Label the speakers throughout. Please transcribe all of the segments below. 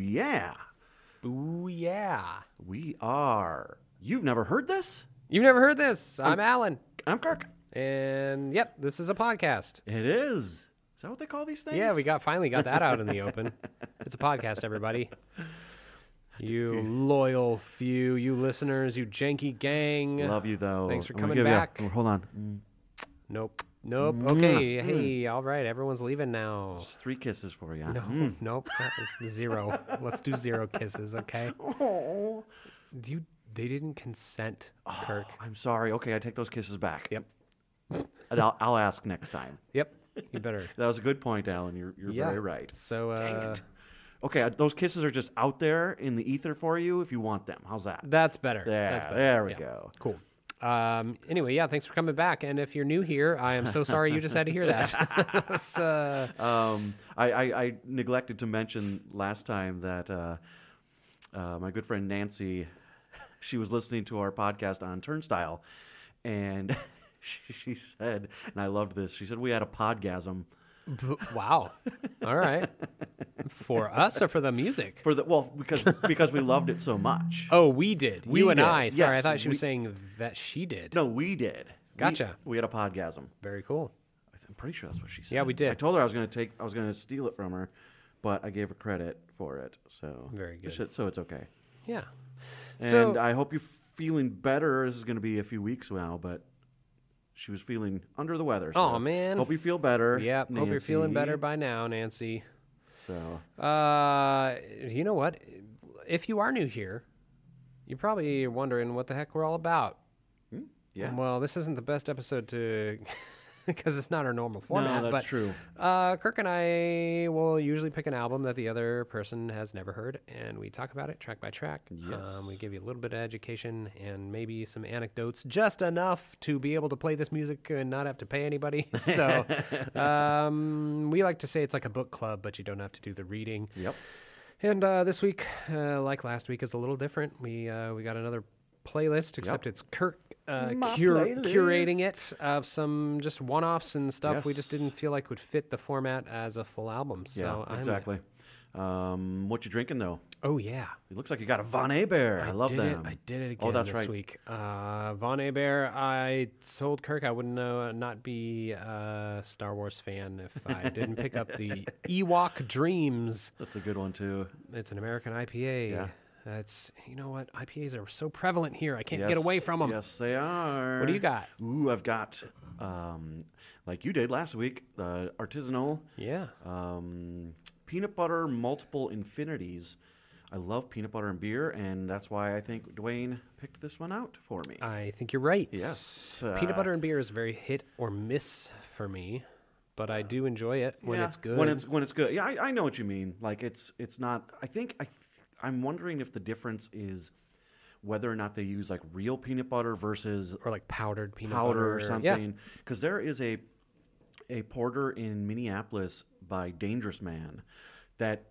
Speaker 1: yeah,
Speaker 2: Ooh, yeah.
Speaker 1: we are. You've never heard this?
Speaker 2: You've never heard
Speaker 1: Oh.
Speaker 2: this. I'm Alan.
Speaker 1: I'm Kirk.
Speaker 2: And yep, this is a podcast.
Speaker 1: It is. Is that what they call these things?
Speaker 2: Yeah, we got finally got that out in the open. It's a podcast, everybody. You loyal few, you listeners, you janky gang.
Speaker 1: Love you though.
Speaker 2: Thanks for
Speaker 1: I'm gonna
Speaker 2: coming
Speaker 1: give you a-
Speaker 2: back.
Speaker 1: oh, hold on.
Speaker 2: Nope. Nope.
Speaker 1: Mm.
Speaker 2: Okay. Hey, all right. Everyone's leaving now.
Speaker 1: Just three kisses for you.
Speaker 2: No, nope. uh, Zero. Let's do zero kisses, okay? Do you they didn't consent,
Speaker 1: Oh.
Speaker 2: Kirk.
Speaker 1: I'm sorry. Okay, I take those kisses back.
Speaker 2: Yep.
Speaker 1: And I'll, I'll ask next time.
Speaker 2: Yep. You better.
Speaker 1: That was a good point, Alan. You're, you're
Speaker 2: Yeah.
Speaker 1: very right.
Speaker 2: So uh
Speaker 1: Okay, uh, those kisses are just out there in the ether for you if you want them. How's that?
Speaker 2: That's better.
Speaker 1: There,
Speaker 2: That's better.
Speaker 1: there we
Speaker 2: Yeah.
Speaker 1: go.
Speaker 2: Cool. Um, anyway, yeah, thanks for coming back. And if you're new here, I am so sorry you just had to hear that. uh, so,
Speaker 1: Um, I, I, I neglected to mention last time that uh, uh, my good friend Nancy, she was listening to our podcast on Turnstile, and she, she said, and I loved this. She said we had a podgasm
Speaker 2: b- wow. All right. For us or for the music?
Speaker 1: for the well because because we loved it so much.
Speaker 2: Oh, we did.
Speaker 1: We
Speaker 2: you and
Speaker 1: did.
Speaker 2: I. Sorry, I
Speaker 1: Yes,
Speaker 2: thought she was
Speaker 1: we-
Speaker 2: saying that she did.
Speaker 1: No, we did. We-
Speaker 2: Gotcha.
Speaker 1: We, had a podgasm.
Speaker 2: Very cool.
Speaker 1: I'm pretty sure that's what she said.
Speaker 2: Yeah, we did.
Speaker 1: I told her I was going to take, I was going to steal it from her, but I gave her credit for it. So
Speaker 2: Very good.
Speaker 1: So, so it's okay.
Speaker 2: Yeah.
Speaker 1: And
Speaker 2: So-
Speaker 1: I hope you're feeling better. This is going to be a few weeks now, but she was feeling under the weather. So
Speaker 2: Aw, man.
Speaker 1: Hope you feel better.
Speaker 2: Yep. Hope you're feeling
Speaker 1: Nancy.
Speaker 2: better by now, Nancy.
Speaker 1: So
Speaker 2: Uh, you know what? If you are new here, you're probably wondering what the heck we're all about.
Speaker 1: Hmm, yeah.
Speaker 2: Well, this isn't the best episode to because it's not our normal format.
Speaker 1: no, that's
Speaker 2: but
Speaker 1: true.
Speaker 2: Uh, Kirk and I will usually pick an album that the other person has never heard, and we talk about it track by track. Um, we give you a little bit of education and maybe some anecdotes, just enough to be able to play this music and not have to pay anybody. So um, we like to say it's like a book club, but you don't have to do the reading.
Speaker 1: Yep.
Speaker 2: And uh, this week, uh, like last week, is a little different. We uh, we got another playlist, except it's Kirk uh,
Speaker 1: My
Speaker 2: cur-
Speaker 1: playlist.
Speaker 2: curating it of some just one offs and stuff we just
Speaker 1: Yes.
Speaker 2: didn't feel like would fit the format as a full album. So
Speaker 1: Yeah.
Speaker 2: I'm,
Speaker 1: exactly. Um, what you drinking though?
Speaker 2: Oh yeah.
Speaker 1: It looks like you got a Von Bear. I, love
Speaker 2: did
Speaker 1: them.
Speaker 2: It, I did it again
Speaker 1: Oh, that's
Speaker 2: this
Speaker 1: right.
Speaker 2: week. Uh, Von Bear, I told Kirk I wouldn't know, uh, not be a Star Wars fan if I didn't pick up the Ewok Dreams.
Speaker 1: That's a good one too.
Speaker 2: It's an American IPA.
Speaker 1: Yeah.
Speaker 2: It's you know what IPAs are so prevalent here. I can't get away
Speaker 1: Yes,
Speaker 2: from them.
Speaker 1: Yes, they are.
Speaker 2: What do you got?
Speaker 1: Ooh, I've got, um, like you did last week, the artisanal
Speaker 2: Yeah.
Speaker 1: um, peanut butter multiple infinities. I love peanut butter and beer, and that's why I think Dwayne picked this one out for me.
Speaker 2: I think you're right.
Speaker 1: Yes,
Speaker 2: Peanut
Speaker 1: uh,
Speaker 2: butter and beer is very hit or miss for me, but I do enjoy it when
Speaker 1: Yeah,
Speaker 2: it's good.
Speaker 1: When it's when it's good. Yeah, I, I know what you mean. Like it's it's not. I think I th- I'm wondering if the difference is whether or not they use like real peanut butter versus
Speaker 2: or like powdered peanut
Speaker 1: powder
Speaker 2: butter
Speaker 1: or
Speaker 2: Yeah.
Speaker 1: something because there is a a porter in Minneapolis by Dangerous Man that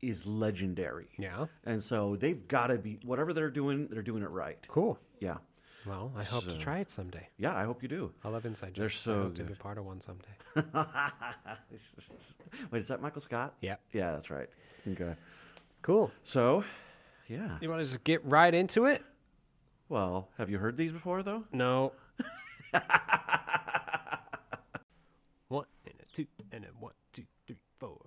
Speaker 1: is legendary.
Speaker 2: Yeah.
Speaker 1: And so they've got to be whatever they're doing, they're doing it right.
Speaker 2: Cool.
Speaker 1: Yeah.
Speaker 2: Well, I hope to try it someday.
Speaker 1: Yeah, I hope you do.
Speaker 2: I love inside jokes.
Speaker 1: They're
Speaker 2: I
Speaker 1: so
Speaker 2: hope to
Speaker 1: good.
Speaker 2: be part of one someday.
Speaker 1: Wait, is that Michael Scott?
Speaker 2: Yeah.
Speaker 1: Yeah, that's right. Okay.
Speaker 2: Cool.
Speaker 1: So, yeah.
Speaker 2: You want to just get right into it?
Speaker 1: Well, have you heard these before though?
Speaker 2: No. one and a two and a one, two, three, four.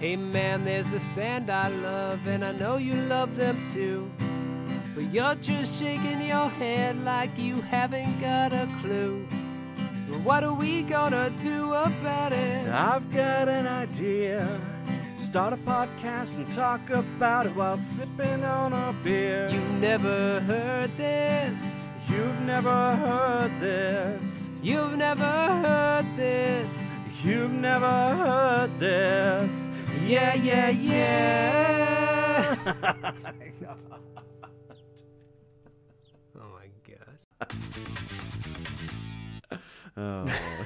Speaker 2: Hey man, there's this band I love, and I know you love them too. But you're just shaking your head like you haven't got a clue. But what are we gonna do about it?
Speaker 1: I've got an idea. Start a podcast and talk about it while sipping on a beer.
Speaker 2: You never heard this.
Speaker 1: You've never heard this.
Speaker 2: You've never heard this.
Speaker 1: You've never heard this.
Speaker 2: Yeah, yeah, yeah. oh my god.
Speaker 1: Oh.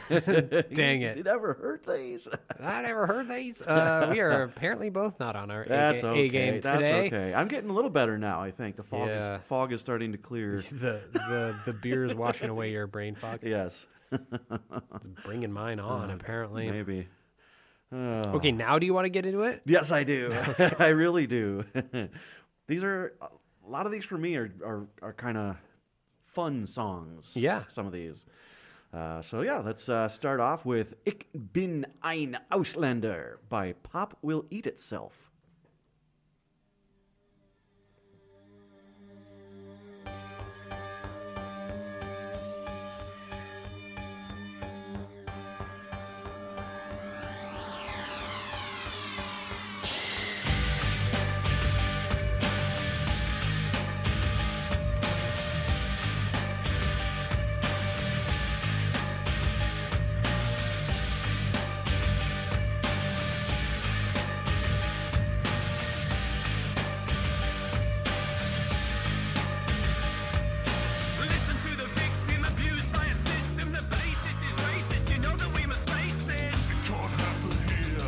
Speaker 2: Dang it.
Speaker 1: You never heard these.
Speaker 2: I never heard these. Uh, we are apparently both not on our
Speaker 1: That's
Speaker 2: a, ga-
Speaker 1: okay.
Speaker 2: a game
Speaker 1: That's
Speaker 2: today.
Speaker 1: okay. I'm getting a little better now. I think the fog
Speaker 2: Yeah.
Speaker 1: is fog is starting to clear.
Speaker 2: The the the beer's washing away your brain fog.
Speaker 1: yes,
Speaker 2: It's bringing mine
Speaker 1: Oh,
Speaker 2: on apparently.
Speaker 1: maybe. Oh.
Speaker 2: Okay, now do you want to get into it?
Speaker 1: Yes, I do. I really do. these are a lot of these for me are are, are kind of fun songs.
Speaker 2: Yeah.
Speaker 1: some of these. Uh, so yeah, let's uh, start off with "Ich bin ein Ausländer" by Pop Will Eat Itself.
Speaker 3: Listen to the victim abused by a system. The basis is racist. You know that we must face this.
Speaker 4: can't happen here.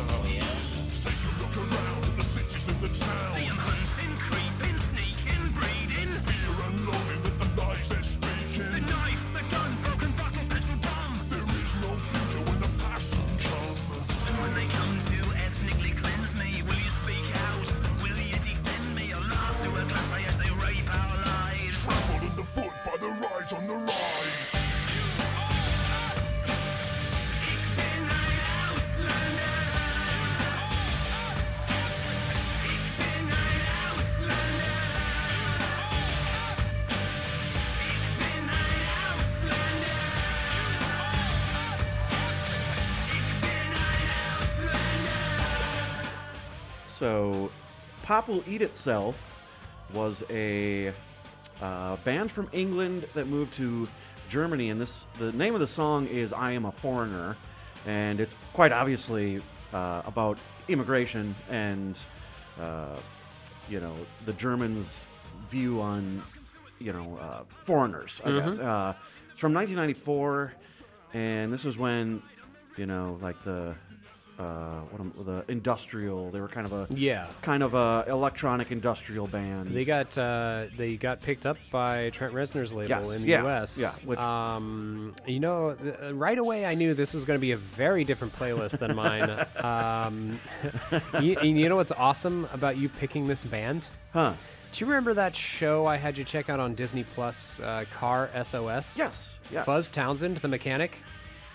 Speaker 4: Take a look around at the cities and the
Speaker 3: See 'em
Speaker 4: towns.
Speaker 3: hunting, creeping, sneaking, breeding.
Speaker 4: Fear and loathing at the lies they're
Speaker 3: The
Speaker 4: speaking.
Speaker 3: knife, the gun, broken bottle, petrol bomb.
Speaker 4: There is no future when the passion comes.
Speaker 3: And when they come to ethnically cleanse me, will you speak out? Will you defend me or laugh through a glass eye as they rape our lives?
Speaker 4: Trampled in the foot by the rise on the rise.
Speaker 3: Ich bin ein Ausländer. Ich bin ein Ausländer. Ich bin ein Ausländer. Ich bin ein Ausländer.
Speaker 1: So, Pop Will Eat Itself was a uh, band from England that moved to Germany, and this the name of the song is "I Am a Foreigner," and it's quite obviously uh, about immigration and uh, you know the Germans' view on you know uh, foreigners. I guess
Speaker 2: Mm-hmm.
Speaker 1: uh, it's from 1994, and this was when you know like the uh, what am, the industrial they were kind of a
Speaker 2: Yeah.
Speaker 1: kind of a electronic industrial band.
Speaker 2: They got uh, they got picked up by Trent Reznor's label
Speaker 1: Yes,
Speaker 2: in the
Speaker 1: yeah,
Speaker 2: U.S.
Speaker 1: yeah, which-
Speaker 2: um, you know, th- uh, right away I knew this was going to be a very different playlist than mine. um, you, and you know what's awesome about you picking this band?
Speaker 1: huh?
Speaker 2: Do you remember that show I had you check out on Disney Plus, uh, Car SOS?
Speaker 1: Yes, yes.
Speaker 2: Fuzz Townsend, the mechanic,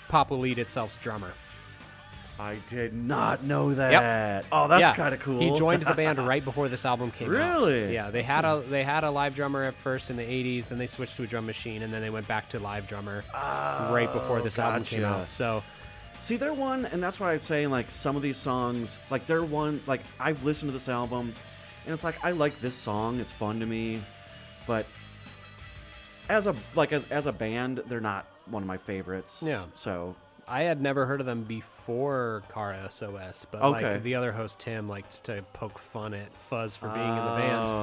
Speaker 2: Papa Lead itself's drummer.
Speaker 1: I did not know that. Oh, that's
Speaker 2: yeah,
Speaker 1: kind of cool.
Speaker 2: He joined the band right before this album came out.
Speaker 1: Really?
Speaker 2: Yeah, they had a they had a live drummer at first in the '80s, then they switched to a drum machine, and then they went back to live drummer right before this album came
Speaker 1: Ah, gotcha.
Speaker 2: out. So,
Speaker 1: See, they're one, and that's why I'm saying like some of these songs, like they're one. Like I've listened to this album, and it's like I like this song. It's fun to me, but as a like as as a band, they're not one of my favorites.
Speaker 2: Yeah.
Speaker 1: So
Speaker 2: I had never heard of them before Car SOS, but
Speaker 1: Okay.
Speaker 2: like the other host Tim likes to poke fun at Fuzz for being in the band.
Speaker 1: Uh,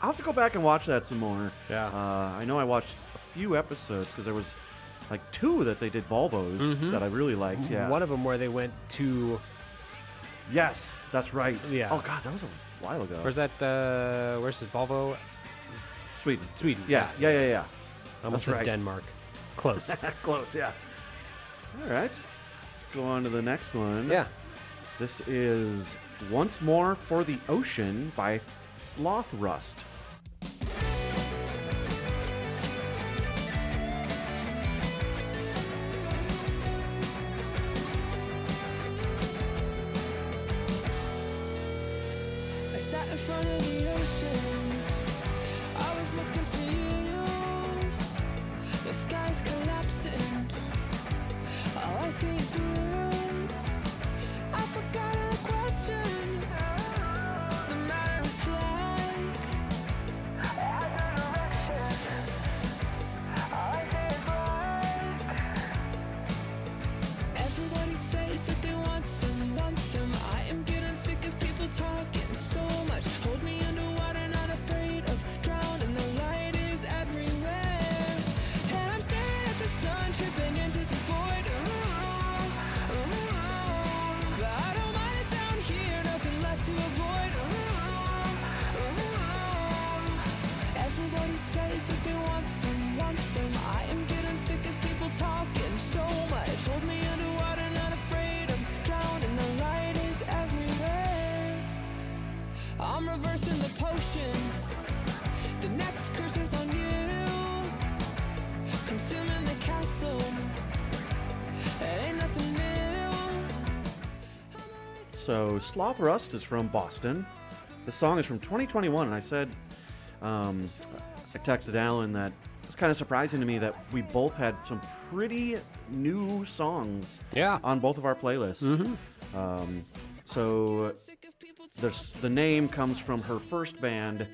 Speaker 1: I'll have to go back and watch that some more.
Speaker 2: Yeah.
Speaker 1: Uh, I know I watched a few episodes because there was like two that they did Volvos
Speaker 2: Mm-hmm.
Speaker 1: that I really liked. Yeah.
Speaker 2: One of them where they went to
Speaker 1: yes, that's right.
Speaker 2: Yeah.
Speaker 1: Oh God, that was a while ago.
Speaker 2: where's that? Uh, where's it? Volvo?
Speaker 1: Sweden.
Speaker 2: Sweden,
Speaker 1: Yeah. Yeah.
Speaker 2: yeah.
Speaker 1: Yeah. Yeah.
Speaker 2: I
Speaker 1: That's
Speaker 2: Almost said
Speaker 1: right.
Speaker 2: Denmark. Close.
Speaker 1: Close. Yeah. All right. Let's go on to the next one.
Speaker 2: yeah.
Speaker 1: This is once more for the ocean by Sloth Rust.
Speaker 5: I sat in front of the ocean. I was looking for you. The sky's collapsing. All I see is blue. I forgot a question. The matter was like. Everybody says that they want some, want some. I am getting sick of people talking so much. Hold me underwater, not afraid of drowning. The light is everywhere. And I'm staring at the sun, tripping into the void. Oh, Oh, I'm reversing the potion. The next curse is on you. Consuming the castle. It ain't nothing new.
Speaker 1: So Sloth Rust is from Boston. The song is from 2021, and I said, um, I texted Alan that it's kind of surprising to me that we both had some pretty new songs
Speaker 2: Yeah.
Speaker 1: on both of our playlists. Um, so
Speaker 5: Sick of people
Speaker 1: the, the name comes from her first band,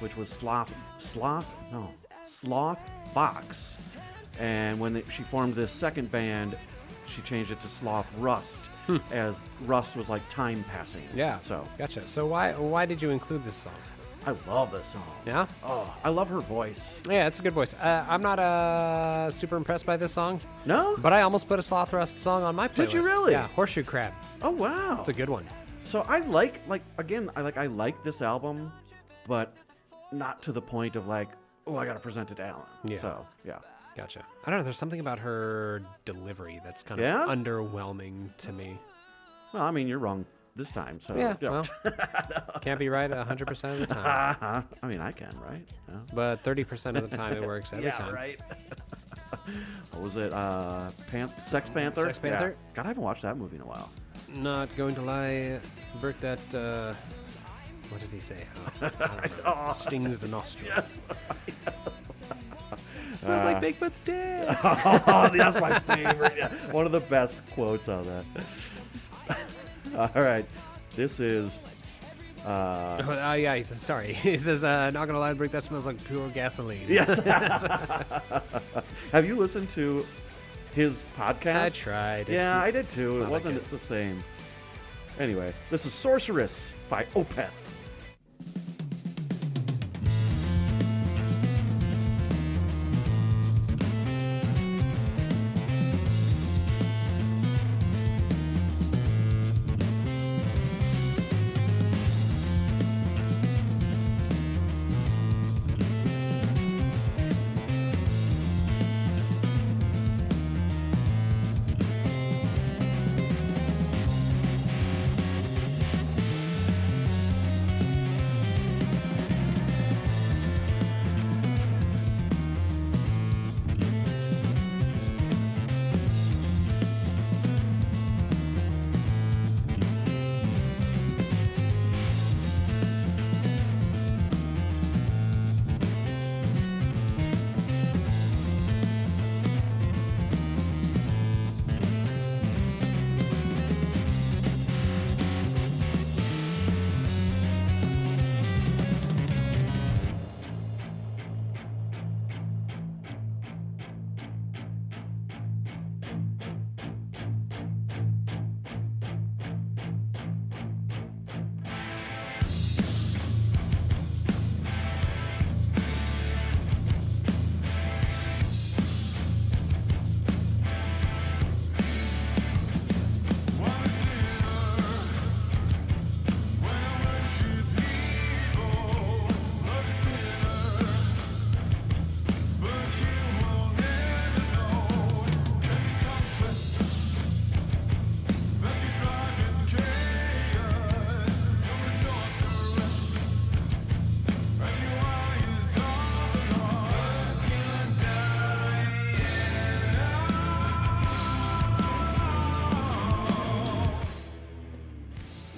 Speaker 1: which was Sloth Sloth no Sloth Box, and when she formed this second band, she changed it to Sloth Rust, as Rust was like time passing.
Speaker 2: Hmm. Yeah.
Speaker 1: So
Speaker 2: gotcha. So why why did you include this song?
Speaker 1: I love this song.
Speaker 2: Yeah.
Speaker 1: Oh, I love her voice.
Speaker 2: Yeah, it's a good voice. Uh, I'm not uh, super impressed by this song,
Speaker 1: No.
Speaker 2: but I almost put a Sloth Rust song on my playlist.
Speaker 1: Did you really?
Speaker 2: Yeah, Horseshoe Crab.
Speaker 1: oh wow.
Speaker 2: It's a good one.
Speaker 1: so I like like again I like I like this album, but not to the point of like oh I gotta present it to Alan.
Speaker 2: Yeah.
Speaker 1: So yeah.
Speaker 2: Gotcha. I don't know. There's something about her delivery that's kind of
Speaker 1: Yeah?
Speaker 2: underwhelming to me.
Speaker 1: Well, I mean you're wrong this time. So
Speaker 2: Yeah. Well, can't be right 100% of the time,
Speaker 1: Uh-huh. I mean, I can, right? No?
Speaker 2: but 30% of the time it works every time.
Speaker 1: right. what was it? Uh, Pan- Sex Panther?
Speaker 2: Sex
Speaker 1: Yeah.
Speaker 2: Panther?
Speaker 1: God, I haven't watched that movie in a while.
Speaker 2: Not going to lie, Burke, that. Uh, what does he say? Oh, I don't know. Stings the nostrils. It smells
Speaker 1: Uh,
Speaker 2: like Bigfoot's dick.
Speaker 1: oh, that's my favorite. Yeah. One of the best quotes on that. All right. This is. Uh,
Speaker 2: Oh, uh, yeah, he says, sorry. He says, uh, not gonna lie, Brick, that smells like pure gasoline.
Speaker 1: yes. Have you listened to his podcast?
Speaker 2: I tried. It's-
Speaker 1: Yeah, I did
Speaker 2: it's
Speaker 1: too.
Speaker 2: not
Speaker 1: It
Speaker 2: that
Speaker 1: wasn't
Speaker 2: good.
Speaker 1: the same. Anyway, this is Sorceress by Opeth.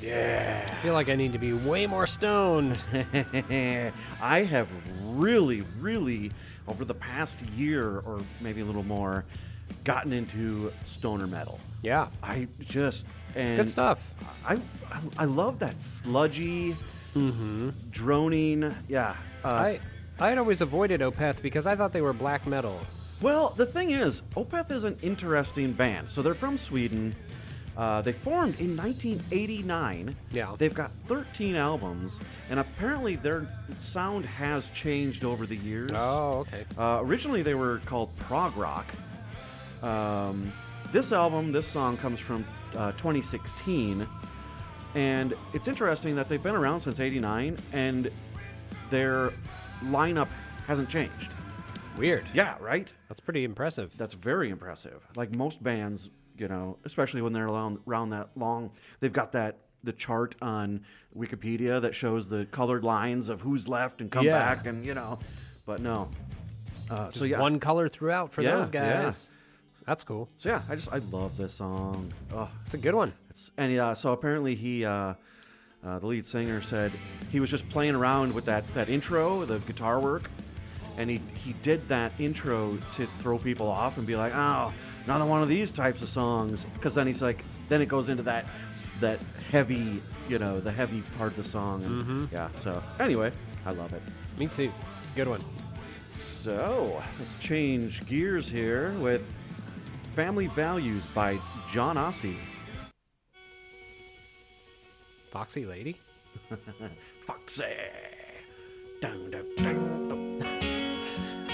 Speaker 2: I feel like I need to be way more stoned.
Speaker 1: I have really, really, over the past year or maybe a little more, gotten into stoner metal.
Speaker 2: yeah.
Speaker 1: I just and
Speaker 2: Good stuff.
Speaker 1: I I, I love that sludgy, droning. Yeah. Uh,
Speaker 2: Mm-hmm. I I had always avoided Opeth because I thought they were black metal.
Speaker 1: Well, the thing is, Opeth is an interesting band. So they're from Sweden. Uh, they formed in 1989.
Speaker 2: Yeah.
Speaker 1: They've got 13 albums, and apparently their sound has changed over the years.
Speaker 2: Oh, okay.
Speaker 1: Uh, originally, they were called prog rock. Um, this album, this song, comes from uh, 2016, and it's interesting that they've been around since '89, and their lineup hasn't changed.
Speaker 2: Weird.
Speaker 1: Yeah, right.
Speaker 2: That's pretty impressive.
Speaker 1: That's very impressive. Like most bands, you know, especially when they're around, around that long, they've got that the chart on Wikipedia that shows the colored lines of who's left and come
Speaker 2: Yeah.
Speaker 1: back and you know, but no. Uh, so yeah,
Speaker 2: One color throughout for
Speaker 1: Yeah,
Speaker 2: those
Speaker 1: yeah.
Speaker 2: guys. That's cool.
Speaker 1: so yeah, I just I love this song. Oh,
Speaker 2: It's a good one.
Speaker 1: it's, and uh, so apparently he, uh, uh, the lead singer said he was just playing around with that that intro, the guitar work, and he he did that intro to throw people off and be like, oh, another one of these types of songs, because then he's like, then it goes into that that heavy, you know, the heavy part of the song. And Yeah. So anyway, I love it.
Speaker 2: Me too. It's a good one.
Speaker 1: So let's change gears here with Family Values by John Ossie.
Speaker 2: Foxy Lady.
Speaker 1: Foxy. Dun, dun, dun.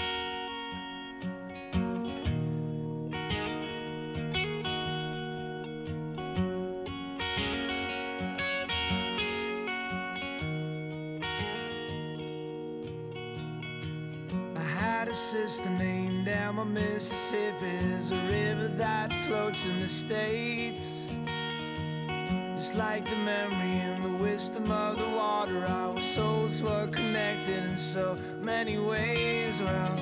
Speaker 6: I had a sister named Alma, Mississippi is a river that floats in the states. Just like the memory and the wisdom of the water, our souls were connected in so many ways. Well,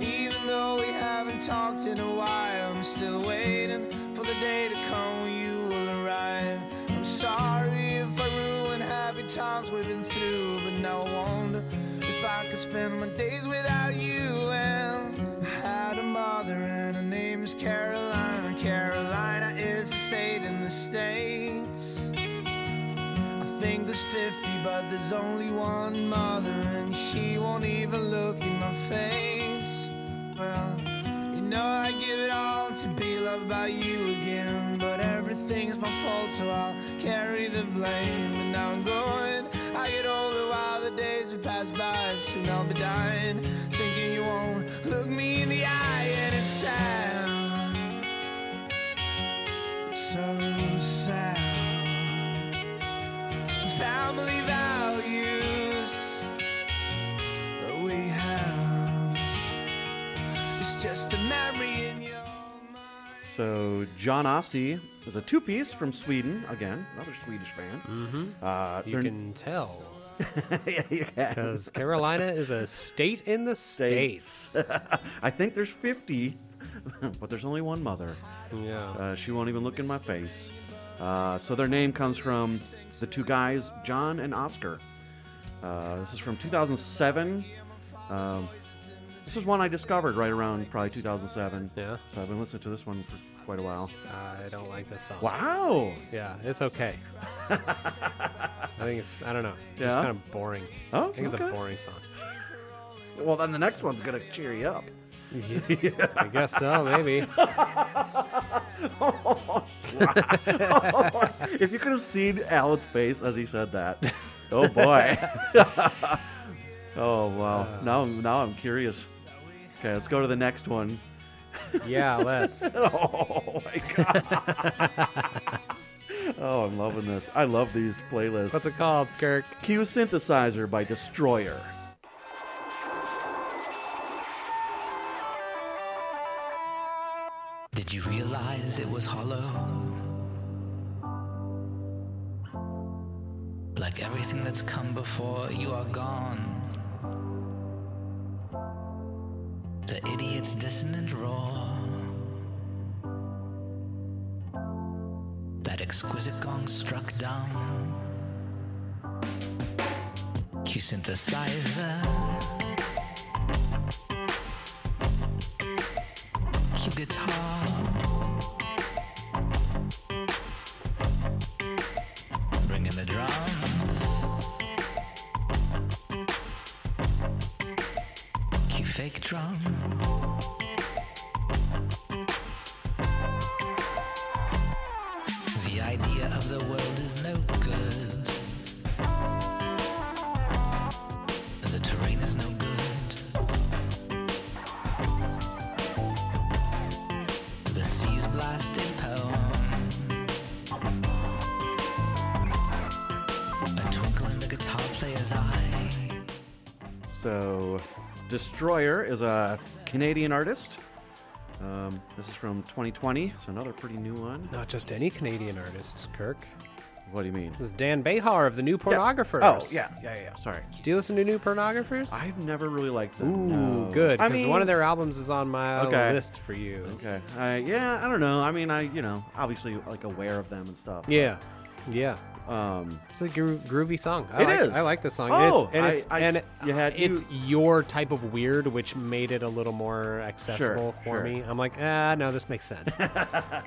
Speaker 6: even though we haven't talked in a while, I'm still waiting for the day to come when you will arrive. I'm sorry if I ruined happy times we've been through, but now I wonder if I could spend my days without you. And I had a mother, and her name is Carolina. Carolina is a state in the States. I think there's 50, but there's only one mother, and she won't even look in my face. Well, you know I give it all to be loved by you again, but everything's my fault, so I'll carry the blame. And now I'm going, I get older while the days have passed by, soon I'll be dying, thinking you won't look me in the eye, and it's sad. It's so sad family values that we have. It's just a memory in your mind.
Speaker 1: So John Ossie is a two-piece from Sweden. Again, another Swedish band. Mm-hmm. Uh,
Speaker 2: You
Speaker 1: they're-
Speaker 2: can tell.
Speaker 1: yeah, you can.
Speaker 2: Because Carolina is a state in the
Speaker 1: States.
Speaker 2: states.
Speaker 1: I think there's 50, but there's only one mother.
Speaker 2: Yeah.
Speaker 1: Uh, she won't even look in my face. Uh, so their name comes from the two guys, John and Oscar. Uh, this is from 2007. Um, this is one I discovered right around probably 2007.
Speaker 2: Yeah.
Speaker 1: So I've been listening to this one for quite a while.
Speaker 2: I don't like this song.
Speaker 1: Wow.
Speaker 2: Yeah, it's okay. I think it's, I don't know. It's just
Speaker 1: Yeah?
Speaker 2: kind of boring.
Speaker 1: Oh,
Speaker 2: I think it's
Speaker 1: okay.
Speaker 2: a boring song.
Speaker 1: Well, then the next one's gonna cheer you up.
Speaker 2: I guess so, maybe.
Speaker 1: If you could have seen Alan's face as he said that, oh boy. oh wow. now, now I'm curious. Okay, let's go to the next one.
Speaker 2: Yeah, let's.
Speaker 1: Oh my god. oh, I'm loving this. I love these playlists.
Speaker 2: What's it called, Kirk?
Speaker 1: Q synthesizer by Destroyer.
Speaker 7: Did you realize it was hollow? Like everything that's come before, you are gone. The idiot's dissonant roar. That exquisite gong struck down. Q synthesizer. Q guitar. Bring in the drums. Q fake drum. The idea of the world is no good. The terrain is no good. the sea's blasted poem. A twinkle in the guitar player's eye.
Speaker 1: So, Destroyer is a Canadian artist. Um, this is from 2020. It's another pretty new one.
Speaker 2: Not just any Canadian artist, Kirk.
Speaker 1: What do you mean?
Speaker 2: This is Dan Behar of the New Pornographers.
Speaker 1: Oh, yeah, yeah, yeah. Sorry.
Speaker 2: Do you listen to New Pornographers?
Speaker 1: I've never really liked them.
Speaker 2: Ooh,
Speaker 1: no.
Speaker 2: good.
Speaker 1: I
Speaker 2: Because
Speaker 1: mean,
Speaker 2: one of their albums is on my
Speaker 1: Okay.
Speaker 2: list for you.
Speaker 1: Okay. I, yeah, I don't know. I mean, I you know obviously like aware of them and stuff.
Speaker 2: Yeah, yeah.
Speaker 1: Um.
Speaker 2: It's a gro- groovy song. I
Speaker 1: It
Speaker 2: like,
Speaker 1: is.
Speaker 2: I like this song.
Speaker 1: Oh,
Speaker 2: and
Speaker 1: I-
Speaker 2: it's,
Speaker 1: I-
Speaker 2: and, it's, and
Speaker 1: you had-
Speaker 2: it's
Speaker 1: you-
Speaker 2: your type of weird, which made it a little more accessible for
Speaker 1: sure.
Speaker 2: me. I'm like, ah, no, this makes sense.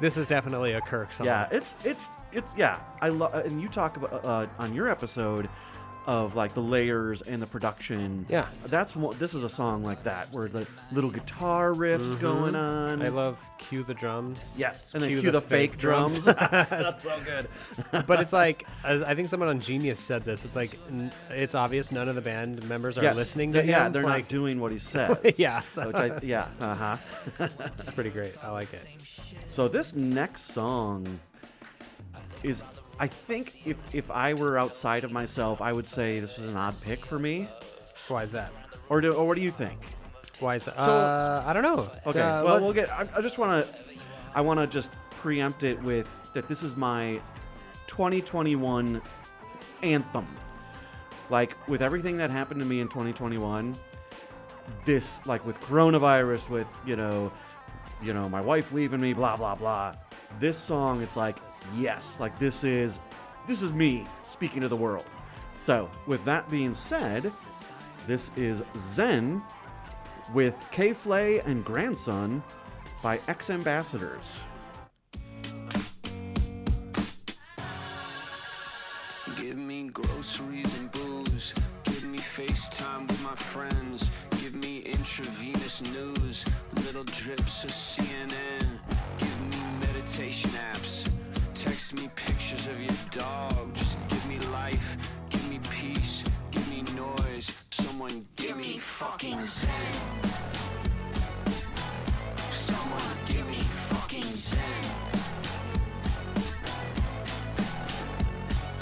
Speaker 2: this is definitely a Kirk song.
Speaker 1: Yeah. It's it's it's yeah. I love and you talk about uh, on your episode of like the layers and the production.
Speaker 2: Yeah.
Speaker 1: That's one. This is a song like that where the little guitar riffs going on.
Speaker 2: Mm-hmm. I love cue the drums.
Speaker 1: Yes, and then cue, the, fake, drums. That's so good.
Speaker 2: but it's like as- I think someone on Genius said this. It's like n- it's obvious none of the band members are
Speaker 1: Yes.
Speaker 2: listening to
Speaker 1: yeah, Yeah,
Speaker 2: him.
Speaker 1: they're
Speaker 2: like,
Speaker 1: not doing what he says.
Speaker 2: Yeah, so-
Speaker 1: Which I, yeah. Uh huh.
Speaker 2: It's pretty great. I like it.
Speaker 1: So this next song is, I think, if if I were outside of myself, I would say this is an odd pick for me.
Speaker 2: Why is that?
Speaker 1: Or do, or what do you think?
Speaker 2: Why is that? uh, I don't know.
Speaker 1: Okay.
Speaker 2: Uh,
Speaker 1: well,
Speaker 2: let-
Speaker 1: we'll get. I, I just want to, I want to just preempt it with that this is my 2021 anthem. Like with everything that happened to me in 2021, this like with coronavirus, with you know, you know, my wife leaving me, blah blah blah. This song, it's like yes, like this is, this is me speaking to the world. So with that being said, this is Zen with K. Flay and Grandson by Ex Ambassadors.
Speaker 8: Give me groceries and booze. Give me FaceTime with my friends. Give me intravenous news. Little drips of CNN. Give me meditation apps. Text me pictures of your dog. Just give me life. Give me peace. Give me noise. Someone give me fucking zen. Someone give me fucking zen.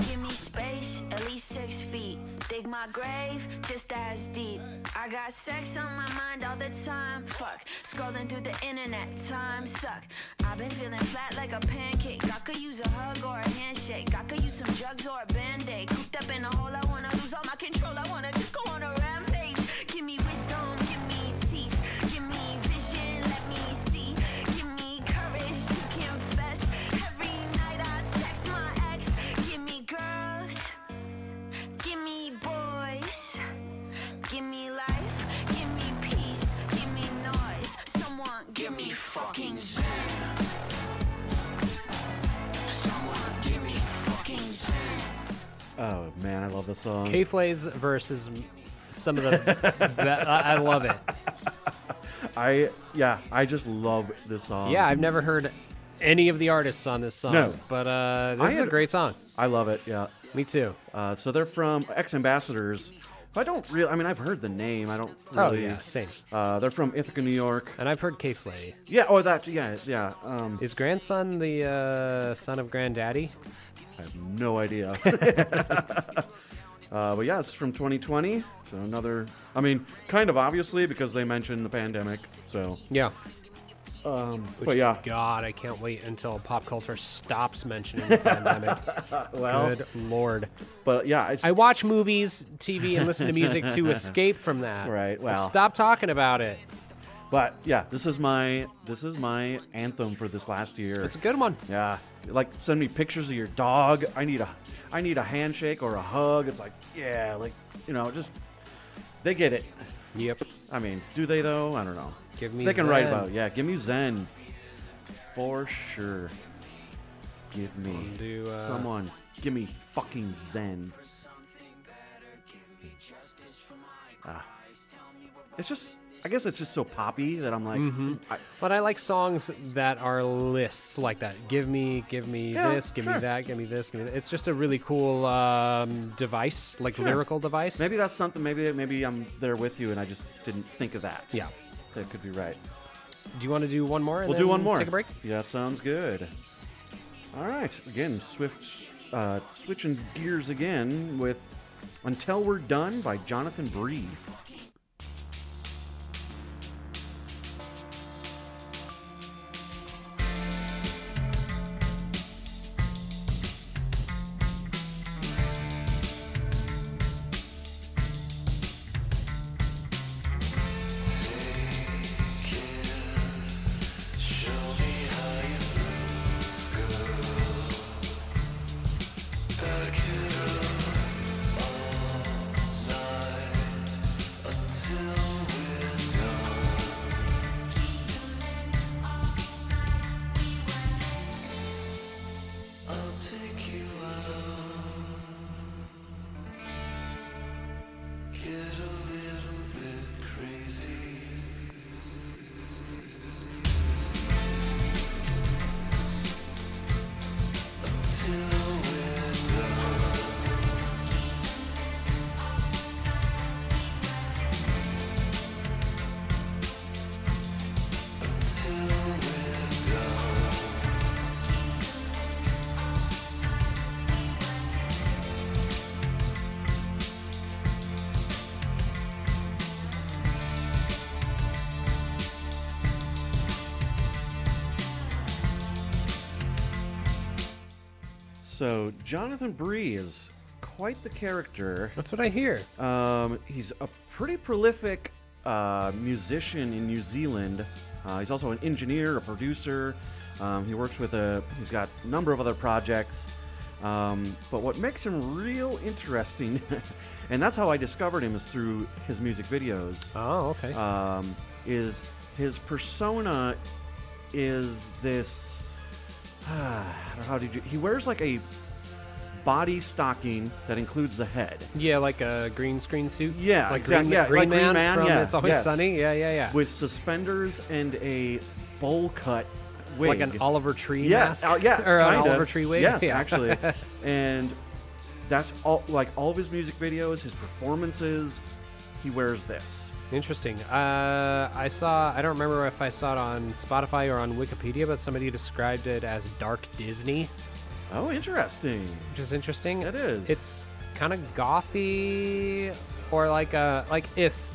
Speaker 9: Give me space, at least six feet. Dig my grave just as deep. I got sex on my mind all the time. Fuck, scrolling through the internet, time suck. I've been feeling flat like a pancake. I could use a hug or a handshake. I could use some drugs or a band aid. Cooped up in a hole, I wanna lose all my control. I wanna just go on a rampage. Give me wisdom, give me teeth. Give me vision, let me see. Give me courage to confess. Every night I text my ex. Give me girls. Give me boys. Give me life. Give me peace. Give me noise. Someone give me fucking zen.
Speaker 8: Someone give me fucking zen.
Speaker 1: Oh man, I love this song.
Speaker 2: K Flay's verse is some of the. be- I I love it.
Speaker 1: I yeah, I just love this song.
Speaker 2: Yeah, I've never heard any of the artists on this song.
Speaker 1: No.
Speaker 2: But uh, this
Speaker 1: I
Speaker 2: is a
Speaker 1: had-
Speaker 2: great song.
Speaker 1: I love it. Yeah.
Speaker 2: Me too.
Speaker 1: Uh, so they're from Ex Ambassadors. I don't really. I mean, I've heard the name. I don't
Speaker 2: Oh,
Speaker 1: really.
Speaker 2: yeah, same.
Speaker 1: Uh, they're from Ithaca, New York.
Speaker 2: And I've heard K Flay.
Speaker 1: Yeah. Oh, that. Yeah. Yeah. Um,
Speaker 2: Is grandson the uh, son of granddaddy?
Speaker 1: I have no idea. uh, but yeah, it's from 2020. So another. I mean, kind of obviously because they mentioned the pandemic. So.
Speaker 2: Yeah.
Speaker 1: but yeah.
Speaker 2: God, I can't wait until pop culture stops mentioning the pandemic.
Speaker 1: Well.
Speaker 2: Good lord.
Speaker 1: But yeah, it's,
Speaker 2: I watch movies, TV, and listen to music to escape from that.
Speaker 1: Right,
Speaker 2: Like,
Speaker 1: well.
Speaker 2: stop talking about it.
Speaker 1: But yeah, this is my this is my anthem for this last year.
Speaker 2: It's a good one.
Speaker 1: yeah, like send me pictures of your dog. I need a I need a handshake or a hug. It's like yeah, like you know, just they get it.
Speaker 2: Yep.
Speaker 1: I mean, do they though? I don't know.
Speaker 2: Give me
Speaker 1: they can write
Speaker 2: Zen.
Speaker 1: about it. yeah. Give me Zen for sure. Give me
Speaker 2: Do, uh,
Speaker 1: someone. Give me fucking Zen. Ah. It's just. I guess it's just so poppy that I'm like,
Speaker 2: Mm-hmm.
Speaker 1: I,
Speaker 2: But I like songs that are lists like that. Give me, give me
Speaker 1: Yeah,
Speaker 2: this, give me
Speaker 1: sure.
Speaker 2: that, give me this, give me that. It's just a really cool um, device, like lyrical device.
Speaker 1: Maybe that's something. Maybe maybe I'm there with you, and I just didn't think of that.
Speaker 2: Yeah.
Speaker 1: that could be right.
Speaker 2: Do you want to do one more? and
Speaker 1: We'll do
Speaker 2: then
Speaker 1: one more.
Speaker 2: Take a break.
Speaker 1: Yeah, sounds good. All right. Again, swift uh, switching gears again with "Until We're Done" by Jonathan Bree.
Speaker 9: Until
Speaker 1: So Jonathan Bree is quite the character.
Speaker 2: That's what I hear.
Speaker 1: Um, he's a pretty prolific uh, musician in New Zealand. Uh, he's also an engineer, a producer. Um, he works with a. He's got a number of other projects. Um, but what makes him real interesting, and that's how I discovered him, is through his music videos
Speaker 2: Oh, okay.
Speaker 1: um, is his persona is this I don't know how did you he wears like a body stocking that includes the head
Speaker 2: yeah, like a green screen suit.
Speaker 1: yeah
Speaker 2: like
Speaker 1: exact-
Speaker 2: Green,
Speaker 1: yeah,
Speaker 2: green
Speaker 1: like
Speaker 2: Man
Speaker 1: Green Man
Speaker 2: from
Speaker 1: yeah
Speaker 2: It's Always
Speaker 1: yes.
Speaker 2: Sunny. Yeah, yeah, yeah.
Speaker 1: with suspenders and a bowl cut wig
Speaker 2: like an Oliver Tree
Speaker 1: yes
Speaker 2: mask.
Speaker 1: uh, yes
Speaker 2: or an
Speaker 1: kinda.
Speaker 2: Oliver Tree wig.
Speaker 1: yes
Speaker 2: yeah.
Speaker 1: actually and that's all like all of his music videos his performances he wears this
Speaker 2: Interesting. Uh, I saw. I don't remember if I saw it on Spotify or on Wikipedia, but somebody described it as dark Disney,
Speaker 1: oh interesting
Speaker 2: which is interesting.
Speaker 1: It is.
Speaker 2: It's kind of gothy, or like uh like if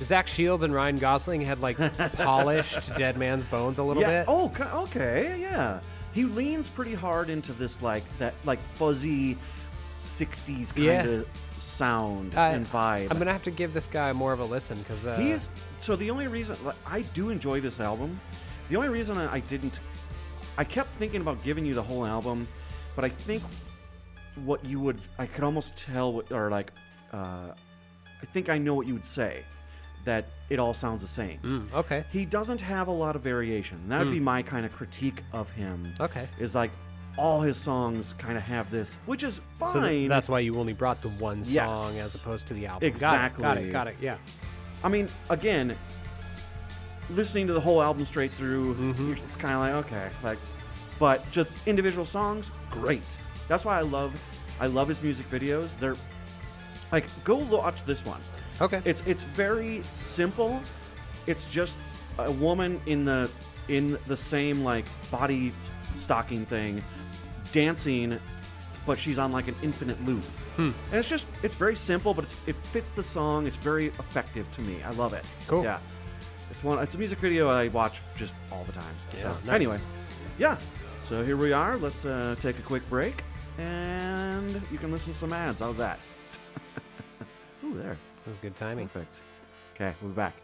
Speaker 2: Zach Shields and Ryan Gosling had like polished Dead Man's Bones a little
Speaker 1: yeah.
Speaker 2: bit.
Speaker 1: Oh, ki- okay. Yeah. He leans pretty hard into this like that like fuzzy 60s
Speaker 2: Yeah.
Speaker 1: kind of sound
Speaker 2: Uh,
Speaker 1: and vibe.
Speaker 2: I'm gonna have to give this guy more of a listen because uh,
Speaker 1: He is so the only reason like, I do enjoy this album. The only reason I I didn't I kept thinking about giving you the whole album, but I think what you would I could almost tell what, or like uh, I think I know what you would say that it all sounds the same.
Speaker 2: Mm, okay.
Speaker 1: he doesn't have a lot of variation. That would be my kind of critique of him.
Speaker 2: Okay.
Speaker 1: Is like all his songs kind of have this, which is fine.
Speaker 2: So th- that's why you only brought the one song
Speaker 1: Yes.
Speaker 2: as opposed to the album. Got it.
Speaker 1: Exactly.
Speaker 2: Got it. Got it. Yeah.
Speaker 1: I mean, again, listening to the whole album straight through, it's kind of like okay, like, but just individual songs, great. That's why I love, I love his music videos. They're like, go lo- watch this one.
Speaker 2: Okay.
Speaker 1: It's it's very simple. It's just a woman in the in the same like body stocking thing, dancing, but she's on like an infinite loop.
Speaker 2: Hmm.
Speaker 1: And it's just it's very simple, but it's, it fits the song. It's very effective to me. I love it.
Speaker 2: Cool.
Speaker 1: Yeah. It's one. It's a music video I watch just all the time.
Speaker 2: Yeah,
Speaker 1: So,
Speaker 2: nice.
Speaker 1: Anyway, yeah. So here we are. Let's uh, take a quick break, and you can listen to some ads. How's that? Ooh, there.
Speaker 2: That was good timing.
Speaker 1: Perfect. Okay, we'll be back.